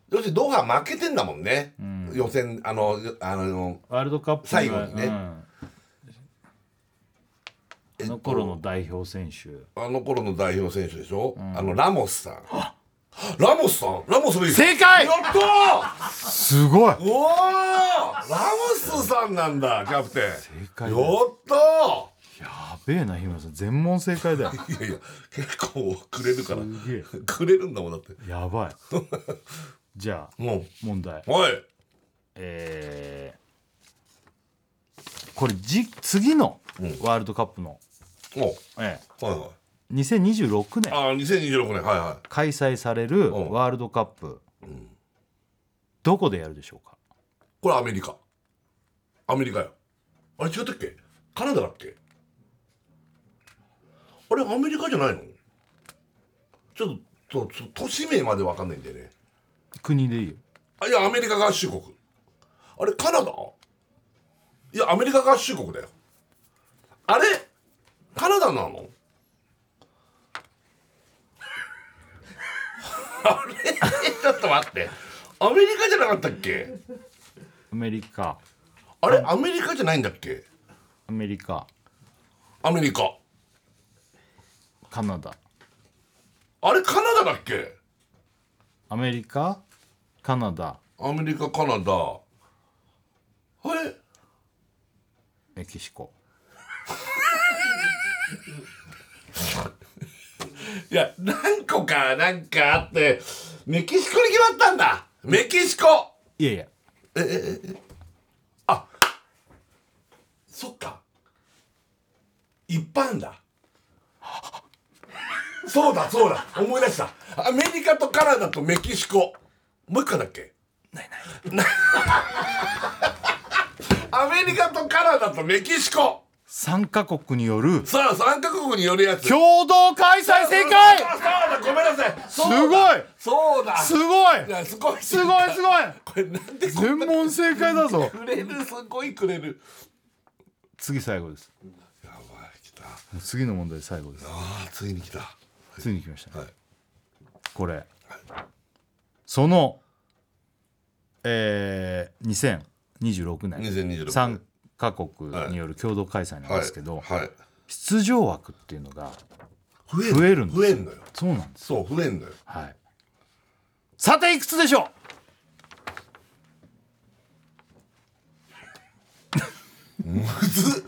要するにドーハ負けてんだもんね、予選あのあのワールドカップが最後にねうんえっとあの頃の代表選手あの頃の代表選手でしょ、あのラモスさんラモスさんラモスもいい正解やったーすごいおおラモスさんなんだキャプテン正解やだったやべえな日村さん全問正解だよーいやいや結構くれるからすげえくれるんだもんだって やばいじゃあも問題うはいえーこれじ次のワールドカップの、もえうはいはいえ2026年ああ2026年はいは開催されるうんワールドカップ、どこでやるでしょうかいこれアメリカアメリカよあれ違ったっけカナダだっけあれアメリカじゃないのちょっとと都市名までわかんないんだよね国でいいよあいやアメリカ合衆国あれカナダいやアメリカ合衆国だよあれカナダなの あれ ちょっと待ってアメリカじゃなかったっけアメリカあれアメリカじゃないんだっけアメリカアメリカカナダあれカナダだっけアメリカカナダアメリカカナダあれメキシコいや何個かなんかあってメキシコに決まったんだメキシコいやいやそっか一般だそうだそうだ思い出したアメリカとカナダとメキシコもう一個だっけないない アメリカとカナダとメキシコ3カ国によるさあ三カ国によるやつ共同開催正そ解うだごめんなさいすすごいそうだすごいいやすごいすごいすごいこれなんで全問正解だぞくれるすごいくれる次最後ですやばい来たもう次の問題最後ですあーついに来たついに来ましたね、はいこれそのえー、2026年2026年3カ国による共同開催なんですけど、はい、はい出場枠っていうのが増え増えるんです増えんのよそうなんですそう増えんのよはいさていくつでしょむずっ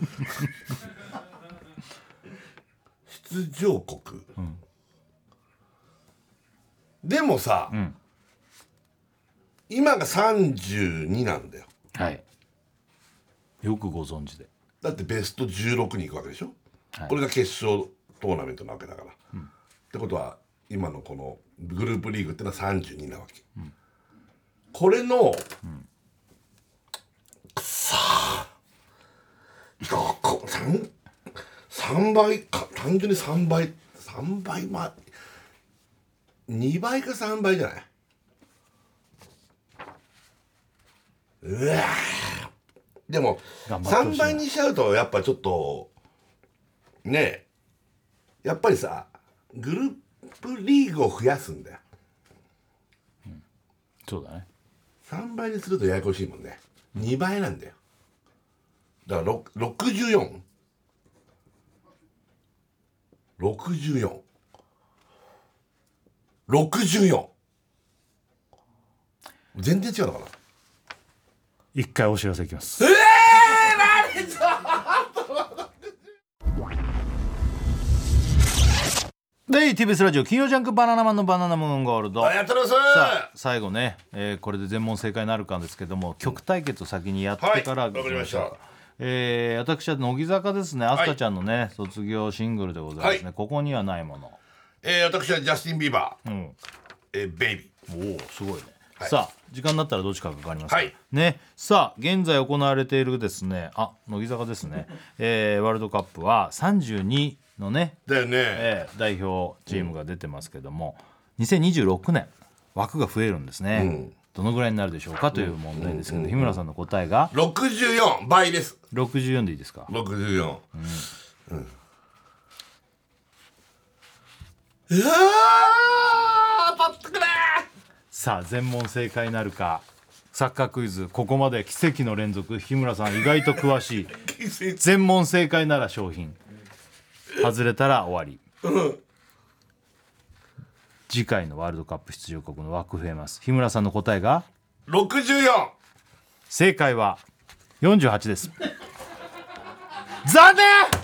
出場国、でもさ、ん今が32なんだようはいよくご存知でだってベスト16に行くわけでしょ、はいこれが決勝トーナメントなわけだから、ってことは今のこのグループリーグってのは32なわけ、これの、くそーどこ 3, 3倍か単純に3倍3倍ま2倍か3倍じゃないうわーでも頑張ってほしい3な倍にしちゃうとやっぱちょっとねえやっぱりさグループリーグを増やすんだよそうだね3倍にするとややこしいもんね2倍なんだよだからろく 64? 64 64全然違うのかな一回お知らせいきますで TBS ラジオ金曜ジャンク「バナナマンのバナナムーンゴールド」ありがとうございさあま最後ね、えーこれで全問正解になるかんですけども曲対決を先にやってから、はいわかりましたえー私は乃木坂ですね、アスカちゃんのね、卒業シングルでございますね。はいここにはないもの。えー私はジャスティン・ビーバー、うん。えーベイビーおおすごいね、はいさあ時間になったらどっちかかかりますか、はいねさあ現在行われているですねあ乃木坂ですね、えーワールドカップは32のね、だよね、えー代表チームが出てますけども、2026年枠が増えるんですね、どのぐらいになるでしょうかという問題ですけど、日村さんの答えが64倍です64でいいですか64うん、うわー当たってくれさあ全問正解なるかサッカークイズここまで奇跡の連続日村さん意外と詳しい全問正解なら商品外れたら終わり次回のワールドカップ出場国の枠増えます日村さんの答えが64正解は48です残念